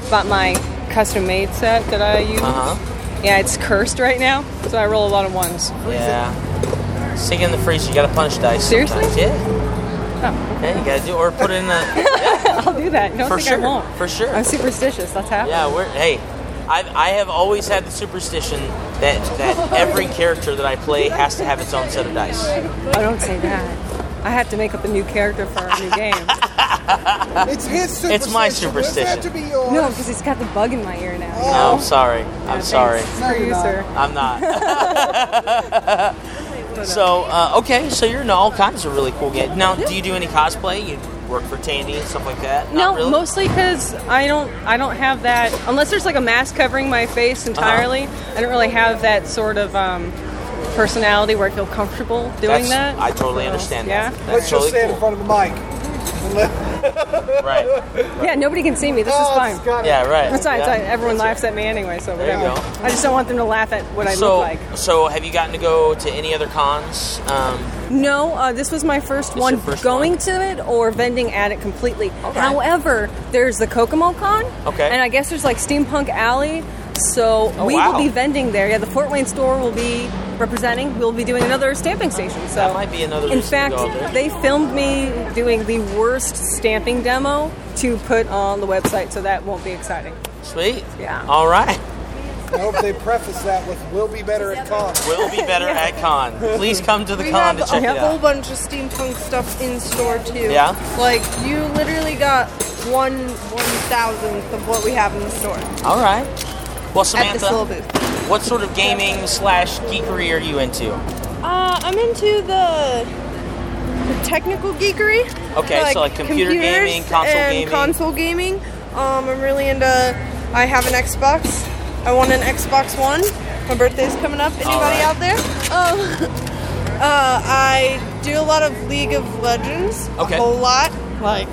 bought my custom made set that I use.
Uh
Yeah, it's cursed right now, so I roll a lot of ones.
huh. Yeah. Stick it in the freezer. You gotta punch dice.
Seriously? Oh.
sometimes. Yeah. Yeah, you gotta do, or put it in the.
[laughs] I'll do that. Don't
For
think
sure.
I won't.
For sure.
I'm superstitious. That's happening.
Yeah, we're hey. I, I have always had the superstition that,
[laughs]
that every character that I play has to have its own set of dice.
I don't say that. I have to make up a new character for our
[laughs]
new game.
It's his superstition.
It's my
Doesn't have to
superstition. Oh.
be yours.
No, because it's got the bug in my ear now.
No, I'm sorry. I'm sorry.
Sorry, you, sir.
I'm
[laughs]
not. [laughs] so uh, okay, so you're in all kinds of really cool games. Now, do you do any cosplay? You work for Tandy and stuff like that? Not
No,
really?
mostly 'cause mostly because I don't I don't have that unless there's like a mask covering my
Uh-huh.
face entirely. I don't really have that sort of um, personality where I feel comfortable doing
That's-
that.
I totally
So,
understand
Yeah.
that.
Let's
That's
just
totally
stand
cool.
in front of the mic.
Right.
Yeah, nobody can see me. This
Oh,
is
it's
fine.
got it.
Yeah, right.
That's fine. it's
Yeah.
fine. Everyone laughs at me anyway, so
There you
whatever. I just don't want them to laugh at [laughs] what I
so,
look like.
so have you gotten to go to any other cons? Um,
No, uh, this was my first
This
one
your first
going
one?
to it or vending at it completely. However, there's the Kokomo Con.
Okay.
And I guess there's like Steampunk Alley. So
Oh,
we
wow.
will be vending there. Yeah, the Fort Wayne store will be representing. We'll be doing another stamping station. So
That might be another
In
reason to
fact,
go out there.
they filmed me doing the worst stamping demo to put on the website, so that won't be exciting.
sweet.
Yeah.
All right.
I hope they preface that with "We'll be better at con."
We'll be
[laughs]
[laughs]
better at con. Please come to the
We
con
have
to check
a
it
whole
out.
bunch of steampunk stuff in store too.
Yeah?
Like you literally got one one thousandth of what we have in the store
All right. Well,
at this little
Samantha,
booth.
what sort of gaming slash geekery are you into?
Uh, I'm into the the technical geekery.
Okay, so like computer
computers
gaming, console
and
gaming.
console gaming. Um, I'm really into. I have an Xbox. I want an Xbox One. My birthday's coming up. Anybody
right.
out there? Um, uh, [laughs] I do a lot of League of Legends.
Okay.
A whole lot, like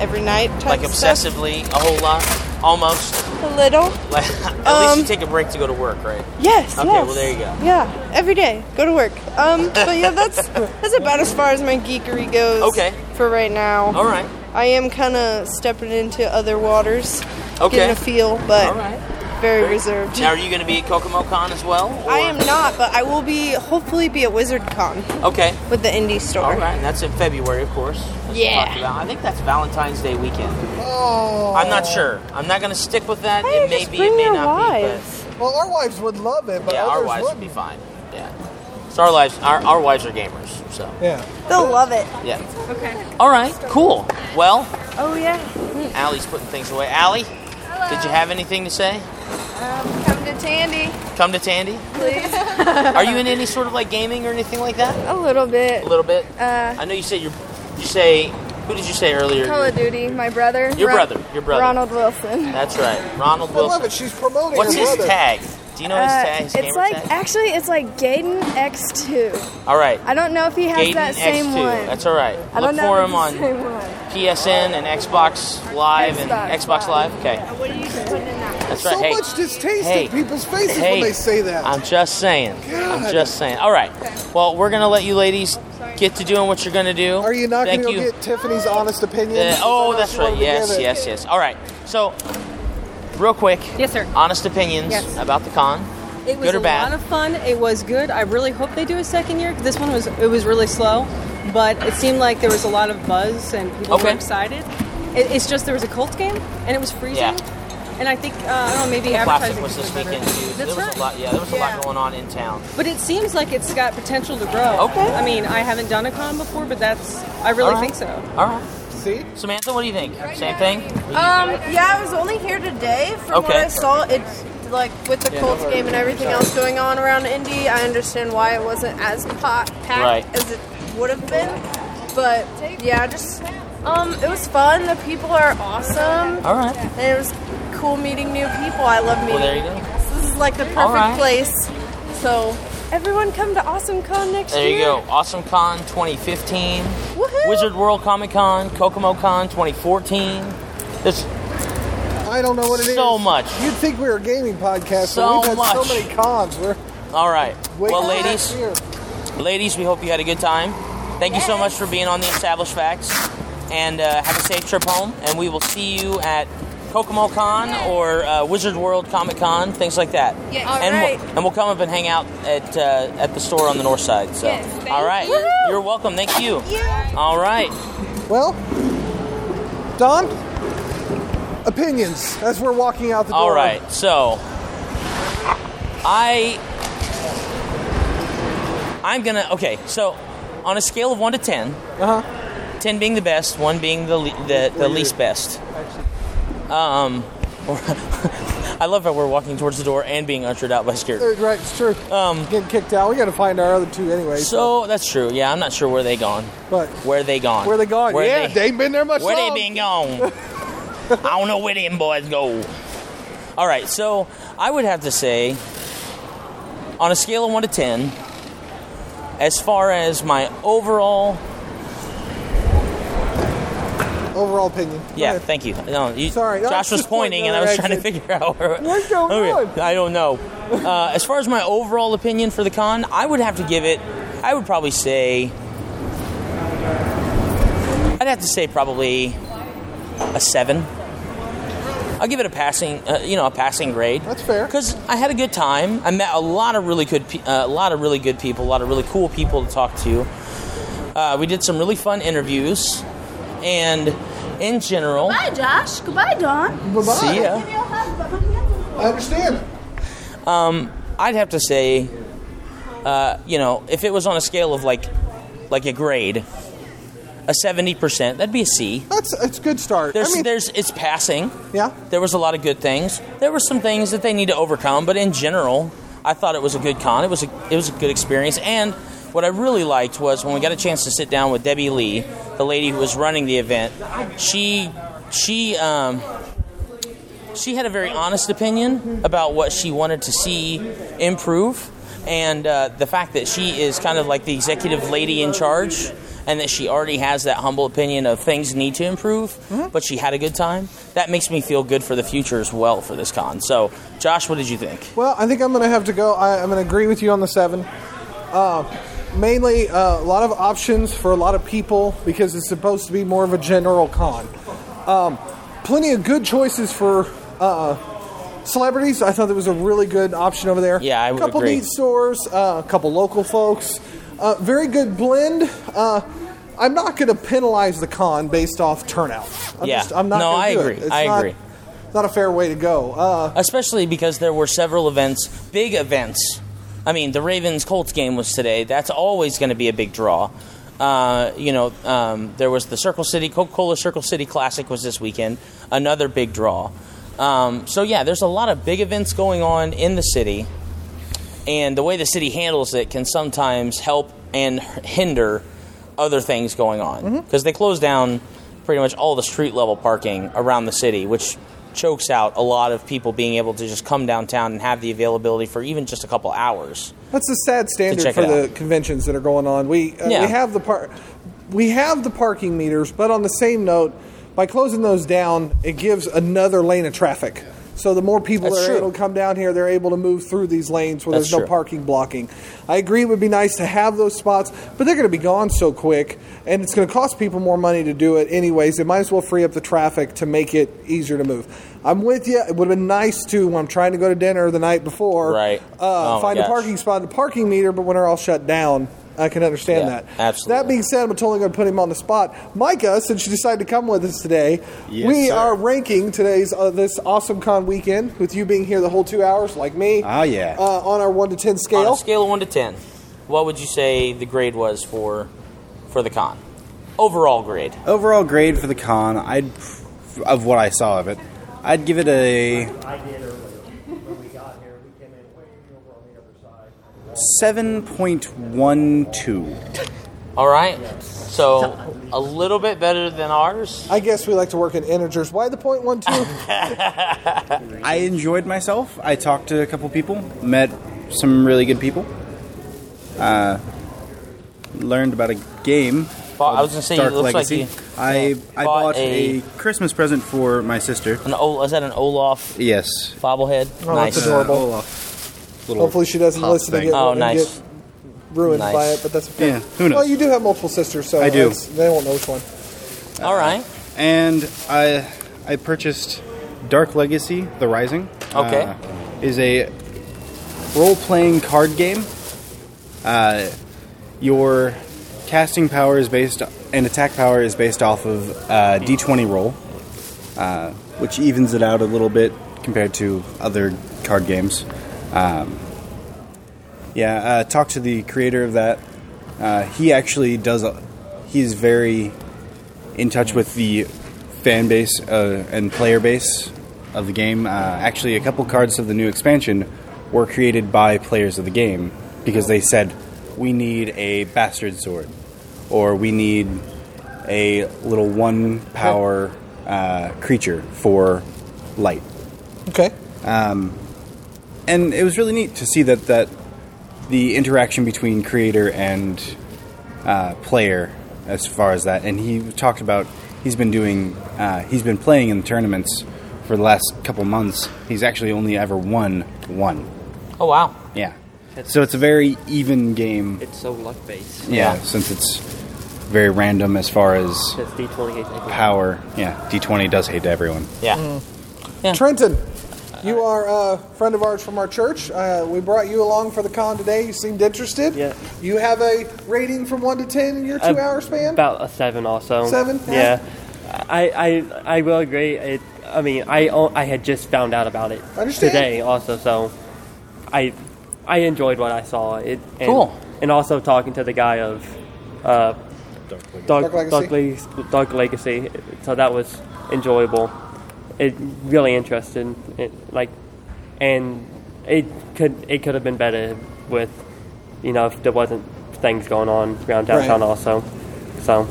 every night. Type
Like
stuff.
obsessively, a whole lot, almost. [laughs]
A little.
Like, at least
Um,
you take a break to go to work, right?
Yes.
Okay,
yes.
well, there you go.
Yeah, every day, go to work. Um, but yeah, that's [laughs] that's about as far as my geekery goes.
Okay.
For right now.
All right.
I am kind of stepping into other waters,
Okay.
getting a feel, but
All right.
very reserved.
Now, are you going to be at Kokomo Con as well? or-
I am not, but I will be hopefully be at WizardCon
Okay.
with the indie store.
All right, and that's in February, of course. as we
Yeah.
talked about. I think that's Valentine's Day weekend. Oh. I'm not sure. I'm not going to stick with that.
Hey,
it may
just
be,
bring
it may
your
not
wives.
be.
Well, our wives would love it,
But
but
yeah, our
others
wives would
wouldn't.
be fine. Yeah. So our wives, our, our wives are gamers. So
Yeah.
They'll love it.
yeah. Okay. Mm, All right. Cool. Well,
Oh yeah.
Allie's putting things away. Allie, did you have anything to say?
Come to Tandy.
Come to Tandy, please. are you in any sort of like gaming or anything like that?
A little bit.
A little bit.
Uh,
I know you said you you say who did you say earlier?
Call of Duty. My brother.
Your brother, your brother.
Ronald Wilson.
That's right, Ronald
I love
Wilson.
it. She's promoting
What's
her
his
brother.
tag? Do you know his
Uh,
tag? His
it's
gamer
like
tag?
actually it's like Gaiden X2.
all right.
I don't know if he has
Gaiden
that same
X2.
one.
That's all right.
I
Look
don't know
for
if
him
it's
on
the same one.
PSN and Xbox Live and
Xbox
Xbox Live. Okay. That's right.
So
hey,
much distaste
Hey.
in people's faces
hey, Uh,
when they say that.
I'm just saying. I'm
God.
just saying. All right. Well, we're gonna let you ladies get to doing what you're gonna do.
Are you not
Thank
going to
you.
get Tiffany's honest opinion?
Uh,
Since I
oh,
know
that's
she
right.
wanted to
Yes,
give it.
yes, yes. All right. So, real quick.
Yes, sir.
Honest opinions
Yes.
about the con.
It was
Good or
a
bad?
lot of fun. It was good. I really hope they do a second year. This one was it was really slow, but it seemed like there was a lot of buzz and people were
Okay.
excited. It, it's just there was a cult game and it was freezing. And I think uh, I don't know maybe
Classic
advertising
was this
could be
weekend
better.
too.
That's
there was
right.
a lot. Yeah, there was a lot going on in town.
But it seems like it's got potential to grow.
Okay. Uh-huh.
I mean, I haven't done a con before, but that's I really
All right.
think so.
All right.
See?
Samantha, what do you think? Same thing?
Um, yeah, I was only here today. From what
Okay.
I saw, it's like with the Colts game and everything else going on around Indy, I understand why it wasn't as pot packed
Right.
as it would have been. But yeah, just um, it was fun. The people are awesome,
All right.
and it was cool meeting new people. I love meeting.
Well, there you go.
people. This is like the perfect
All right.
place. So everyone, come to Awesome Con next
There you
year.
go. Awesome Con 2015.
Woohoo!
Wizard World Comic Con, Kokomo Con 2014. There's
I don't know what it is.
so much.
You'd think we were a gaming podcast,
So
but we've had
much.
so many cons. We're
All right.
way
well,
past
ladies,
here.
ladies, we hope you had a good time. Thank you so much for being on the Established Facts, and uh, have a safe trip home. And we will see you at Kokomo Con or uh, Wizard World Comic Con, things like that.
Yes.
and
Alright.
we'll, and we'll come up and hang out at uh, at the store on the north side. So, all right,
you. Woohoo.
you're welcome. Thank you.
Yeah.
All right.
Well, Don, opinions as we're walking out the door.
All right, so I I'm gonna okay. So on a scale of one to ten,
Uh huh.
ten being the best, one being the le- the, the least best. Um, [laughs] I love how we're walking towards the door and being ushered out by security.
Right, it's true. Um, Getting kicked out. We got to find our other two anyway.
So that's true. Yeah, I'm not sure where they gone.
but
Where they gone?
where they going?
Where
yeah,
they-
they, ain't been there much
Where
long.
they been gone? I don't know where them boys go. All right, so I would have to say, on a scale of one to ten, as far as my overall
overall opinion.
Yeah,
Go ahead.
thank you. No, you,
Sorry, I
Josh
was
was
just pointing
pointing, and I was trying to
actually.
figure out where. [laughs]
What's going on?
I don't know. Uh, as far as my overall opinion for the con, I would have to give it. I would probably say. I'd have to say probably a seven. I'll give it a passing, uh, you know, a passing grade.
That's fair.
Because I had a good time. I met a lot of really good, pe- uh, a lot of really good people, a lot of really cool people to talk to. Uh, we did some really fun interviews, and in general,
Bye, Josh. Goodbye, Don.
Bye-bye.
see ya.
I understand.
um, I'd have to say, uh, you know, if it was on a scale of like, like a grade, a seventy percent, that'd be a C.
That's it's a good start.
There's,
I mean,
there's, it's passing.
yeah.
There was a lot of good things. There were some things that they need to overcome, but in general, I thought it was a good con. It was a, it was a good experience. And what I really liked was when we got a chance to sit down with Debbie Lee, the lady who was running the event. She she um, she had a very honest opinion about what she wanted to see improve, and uh, the fact that she is kind of like the executive lady in charge, and that she already has that humble opinion of things need to improve, but she had a good time. That makes me feel good for the future as well for this con. So, Josh, what did you think?
Well, I think I'm going to have to go. I, I'm going to agree with you on the seven. Uh, mainly uh, a lot of options for a lot of people because it's supposed to be more of a general con. Um, plenty of good choices for uh, celebrities. I thought that was a really good option over there.
Yeah, I would
couple
agree.
neat stores, uh, a couple local folks. Uh, very good blend. Uh, I'm not going to penalize the con based off turnout. I'm
Yeah.
just, I'm not
No,
gonna
I
do it.
agree.
It's
I
not-
agree.
Not a fair way to go. Uh,
Especially because there were several events, big events. I mean, the Ravens Colts game was today. That's always going to be a big draw. Uh, you know, um, there was the Circle City Coca Cola Circle City Classic was this weekend, another big draw. Um, so yeah, there's a lot of big events going on in the city, and the way the city handles it can sometimes help and hinder other things going on because they close down pretty much all the street level parking around the city, which chokes out a lot of people being able to just come downtown and have the availability for even just a couple hours.
That's the sad standard
check
for
it
the
out.
conventions that are going on. We uh,
Yeah.
we have the par- we have the parking meters, but on the same note, by closing those down, it gives another lane of traffic. So the more people
That's
that are
true.
able to come down here, they're able to move through these lanes where
That's
there's no
true.
parking blocking. I agree it would be nice to have those spots, but they're going to be gone so quick, and it's going to cost people more money to do it anyways. They might as well free up the traffic to make it easier to move. I'm with you. It would have been nice to when I'm trying to go to dinner the night before,
Right. Oh
Uh,
my
find a
gosh.
parking parking spot, the parking meter, but when they're all shut down, I can understand
Yeah,
that.
absolutely.
That being said, I'm totally going to put him on the spot. Micah, since you decided to come with us today,
Yes,
we
sir.
are ranking today's uh, this awesome con weekend with you being here the whole two hours, like me.
Ah, yeah.
Uh, on our one to ten
On
scale,
a scale of one to ten, what would you say the grade was for for the con? Overall grade.
Overall grade for the con, I'd of what I saw of it, I'd give it a seven point one two.
All right. So a little bit better than ours.
I guess we like to work in integers. Why the point
[laughs]
one two? Oh,
I enjoyed myself. I talked to a couple people, met some really good people, uh, learned about a game.
Bought- I was gonna say, it
Dark
looks like
Legacy.
you-
I I
Bought
bought
a-
a Christmas present for my sister.
An Ol- is that an Olaf
Yes,
bobblehead?
Oh,
nice.
that's adorable.
Uh, Olaf. Little
Hopefully, she doesn't
pop
listen
thing.
to get,
Oh,
and
nice.
get ruined
Nice.
by it, but that's okay.
Yeah, who knows?
Well, you do have multiple sisters, so
I do.
that's- They won't know which one.
All right.
Uh, and I I purchased Dark Legacy: The Rising.
Okay.
uh, is a role-playing card game. Uh, your casting power is based and attack power is based off of uh, D20 roll, uh, which evens it out a little bit compared to other card games. Um, yeah, uh, talk to the creator of that. Uh, he actually does. A, he's very in touch with the fan base uh, and player base of the game. Uh, actually, a couple cards of the new expansion were created by players of the game because they said, "We need a bastard sword," or "We need a little one power uh, creature for light." Um,
Okay.
And it was really neat to see that that the interaction between creator and uh, player as far as that. And he talked about he's been doing. Uh, he's been playing in tournaments for the last couple months. He's actually only ever won one.
Oh wow.
Yeah. So it's a very even game.
It's so luck based.
Yeah, since it's very random as far as
That's D28.
power. Yeah, D20 does hate to everyone.
Yeah.
Mm. Trenton, you are a friend of ours from our church. Uh, we brought you along for the con today. You seemed interested. Yeah. You have a rating from one to ten in your
Uh,
two-hour span.
About a seven or so.
Seven?
Yeah. I, I I will agree. It, I mean, I o- I had just found out about it
Understand.
today also, so I I enjoyed what I saw. It and,
Cool.
And also talking to the guy of uh, Dark,
Dark
Dark, Legacy. Dark Legacy. So that was enjoyable. It really interested. It, like, and it could it could have been better with you know if there wasn't things going on around downtown
Right.
also. So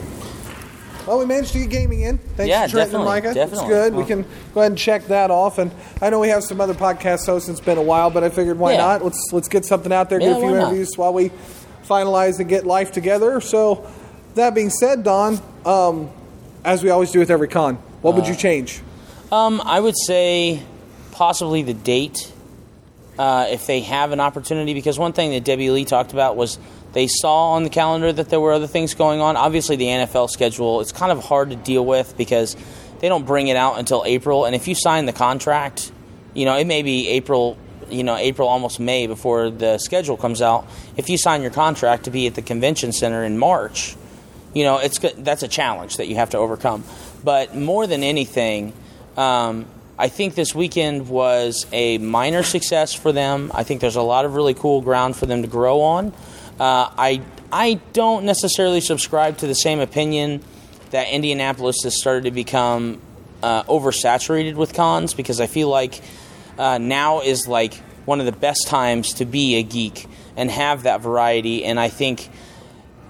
Well, we managed to get gaming in. Thanks
Yeah,
to Trenton
definitely,
and Micah.
definitely.
It's good. We
Well-
can go ahead and check that off. And I know we have some other podcast hosts. and It's been a while, but I figured why
Yeah.
not? Let's let's get something out there,
Yeah,
do a few
why not?
interviews while we finalize and get life together. So that being said, Don, um, as we always do with every con, what would
Uh,
you change?
Um, I would say possibly the date, uh, if they have an opportunity, because one thing that Debbie Lee talked about was they saw on the calendar that there were other things going on. Obviously, the NFL schedule, it's kind of hard to deal with because they don't bring it out until April. And if you sign the contract, you know, it may be April, you know, April, almost May before the schedule comes out. If you sign your contract to be at the convention center in March, you know it's go- that's a challenge that you have to overcome but more than anything um, i think this weekend was a minor success for them i think there's a lot of really cool ground for them to grow on uh, i i don't necessarily subscribe to the same opinion that indianapolis has started to become uh, oversaturated with cons because i feel like uh, now is like one of the best times to be a geek and have that variety and i think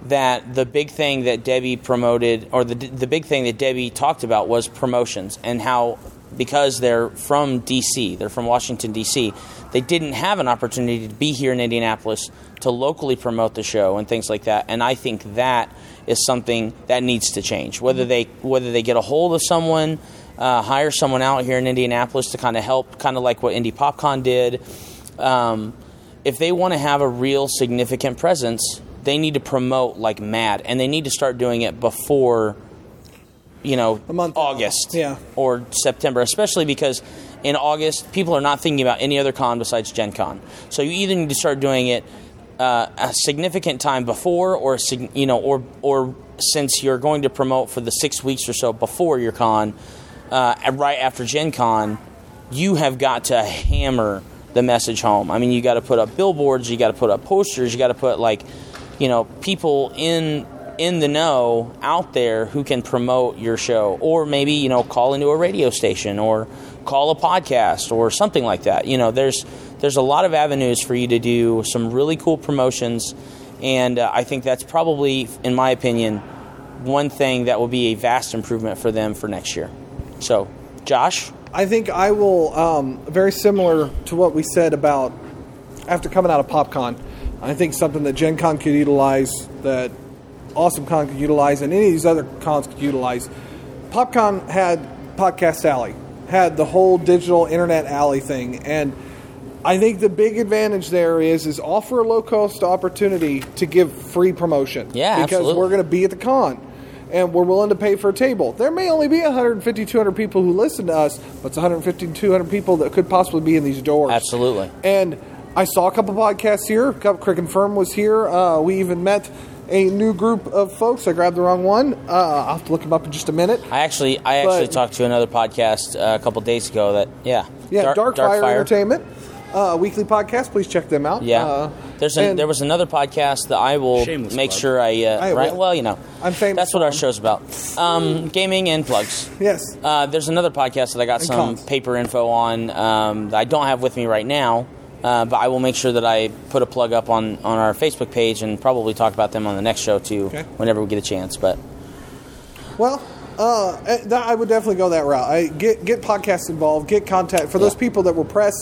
that the big thing that Debbie promoted, or the the big thing that Debbie talked about, was promotions and how because they're from D.C., they're from Washington D.C., they didn't have an opportunity to be here in Indianapolis to locally promote the show and things like that. And I think that is something that needs to change. Whether they whether they get a hold of someone, uh, hire someone out here in Indianapolis to kind of help, kind of like what Indie PopCon did. Um, if they want to have a real significant presence, they need to promote like mad, and they need to start doing it before, you know, August or September, especially because in August people are not thinking about any other con besides Gen Con. So you either need to start doing it uh, a significant time before, or a sig- you know, or or since you're going to promote for the six weeks or so before your con, uh, and right after Gen Con, you have got to hammer the message home. I mean, you got to put up billboards, you got to put up posters, you got to put like, you know, people in in the know out there who can promote your show, or maybe you know, call into a radio station or call a podcast or something like that. You know, there's there's a lot of avenues for you to do some really cool promotions, and uh, I think that's probably, in my opinion, one thing that will be a vast improvement for them for next year. So, Josh.
I think I will, um, very similar to what we said about after coming out of PopCon, I think something that Gen Con could utilize, that Awesome Con could utilize, and any of these other cons could utilize. PopCon had Podcast Alley, had the whole digital internet alley thing, and I think the big advantage there is is offer a low cost opportunity to give free promotion.
Yeah,
because
absolutely.
we're going to be at the con. And we're willing to pay for a table. There may only be 150, 200 people who listen to us, but it's 150, 200 people that could possibly be in these doors.
Absolutely.
And I saw a couple podcasts here. Cup Crick and Firm was here. Uh, we even met a new group of folks. I grabbed the wrong one. Uh, I'll have to look them up in just a minute.
I actually, I actually
But-
talked to another podcast uh, a couple days ago. That yeah,
Yeah,
Dar-
Dark, Fire, Entertainment, uh, weekly podcast. Please check them out.
Yeah,
Uh,
there's an
and-
there was another podcast that I will
Shameless
make
plug.
sure I, uh,
I
right.
will.
Well, you know, I'm famous. That's what our show's about: um, gaming and plugs.
Yes.
Uh, there's another podcast that I got
And
some
cons.
paper info on um, that I don't have with me right now, uh, but I will make sure that I put a plug up on on our Facebook page and probably talk about them on the next show too, whenever we get a chance. But
Well, uh, eh, that, I would definitely go that route. I, get get podcasts involved. Get contact for those people that were press.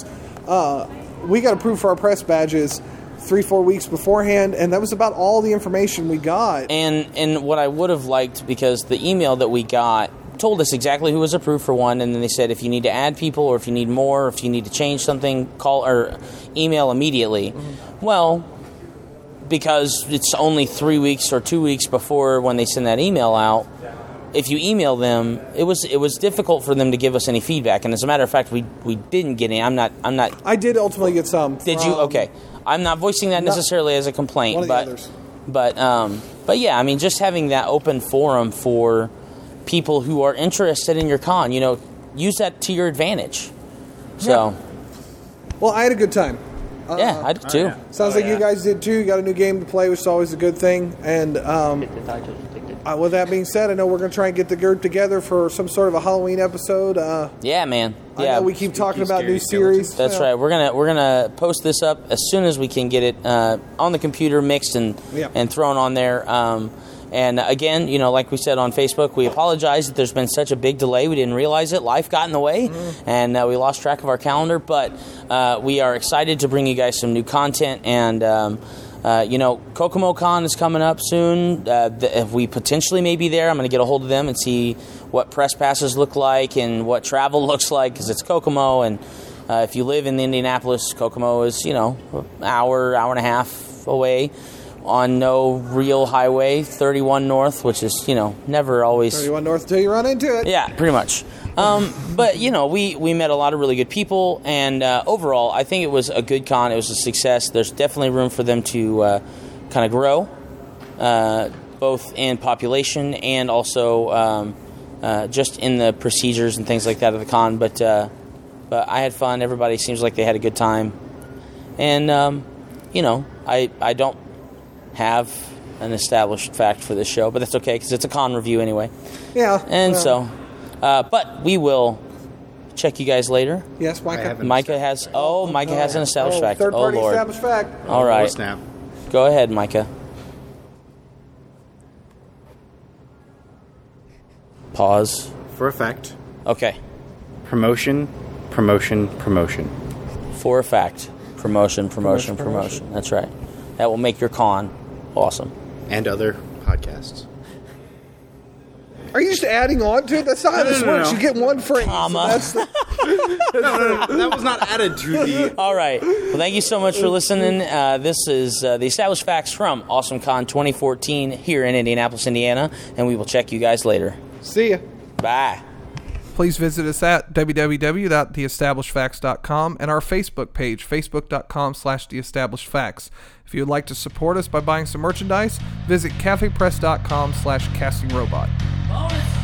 Uh, we got approved for our press badges three, four weeks beforehand, and that was about all the information we got.
And and what I would have liked because the email that we got told us exactly who was approved for one, and then they said if you need to add people or if you need more, or if you need to change something, call or email immediately.
Mm-hmm.
Well, because it's only three weeks or two weeks before when they send that email out. If you email them, it was it was difficult for them to give us any feedback. And as a matter of fact, we we didn't get any. I'm not I'm not
I did ultimately get some.
did you?
from-
Okay, I'm not voicing that
No.
necessarily as a complaint,
One of the
but
others.
but um, but yeah, I mean, just having that open forum for people who are interested in your con, you know, use that to your advantage. So
Well, I had a good time. Uh,
Oh, yeah, I
Oh,
do too.
Sounds like you guys did too. You got a new game to play, which is always a good thing. And um, uh, with that being said, I know we're going to try and get the group together for some sort of a Halloween episode. Uh,
Yeah, man.
I
Yeah,
know we keep talking about new series.
That's
Yeah.
right. We're gonna we're gonna post this up as soon as we can get it uh, on the computer, mixed and
Yeah.
and thrown on there. Um, and again, you know, like we said on Facebook, we apologize that there's been such a big delay. We didn't realize it. Life got in the way, and uh, we lost track of our calendar. But uh, we are excited to bring you guys some new content and. Um, uh, you know, Kokomo Con is coming up soon. Uh, th- if we potentially may be there, I'm going to get a hold of them and see what press passes look like and what travel [laughs] looks like because it's Kokomo. And uh, if you live in Indianapolis, Kokomo is you know an hour, hour and a half away on no real highway, 31 North, which is you know never always
31 North until you run into it.
yeah, pretty much. Um, but you know, we we met a lot of really good people, and uh, overall, I think it was a good con. It was a success. There's definitely room for them to uh, kind of grow, uh, both in population and also um, uh, just in the procedures and things like that of the con. But uh, but I had fun. Everybody seems like they had a good time, and um, you know, I I don't have an established fact for this show, but that's okay because it's a con review anyway.
Yeah.
And
well,
so, uh, but we will check you guys later.
Yes, Micah.
Micah has. Oh, Micah has an established
Oh,
fact.
Third
oh
party
lord.
established fact.
All right. Go ahead, Micah. Pause.
For a fact.
Okay.
Promotion, promotion, promotion.
For a fact. Promotion, promotion,
Promotion,
promotion. That's right. That will make your con awesome.
And other podcasts.
Are you just adding on to it? That's not how
No,
this
no, no,
works.
no.
You get one frame. Comma.
[laughs]
that's the,
no, no, no, that was not added to
[laughs]
the.
All right. Well, thank you so much for listening. Uh, this is uh, the Established Facts from AwesomeCon 2014 here in Indianapolis, Indiana, and we will check you guys later.
See ya.
Bye.
Please visit us at www.theestablishedfacts.com and our Facebook page, facebook.com slash theestablishedfacts. If you would like to support us by buying some merchandise, visit cafepress.com slash castingrobot.
Bonus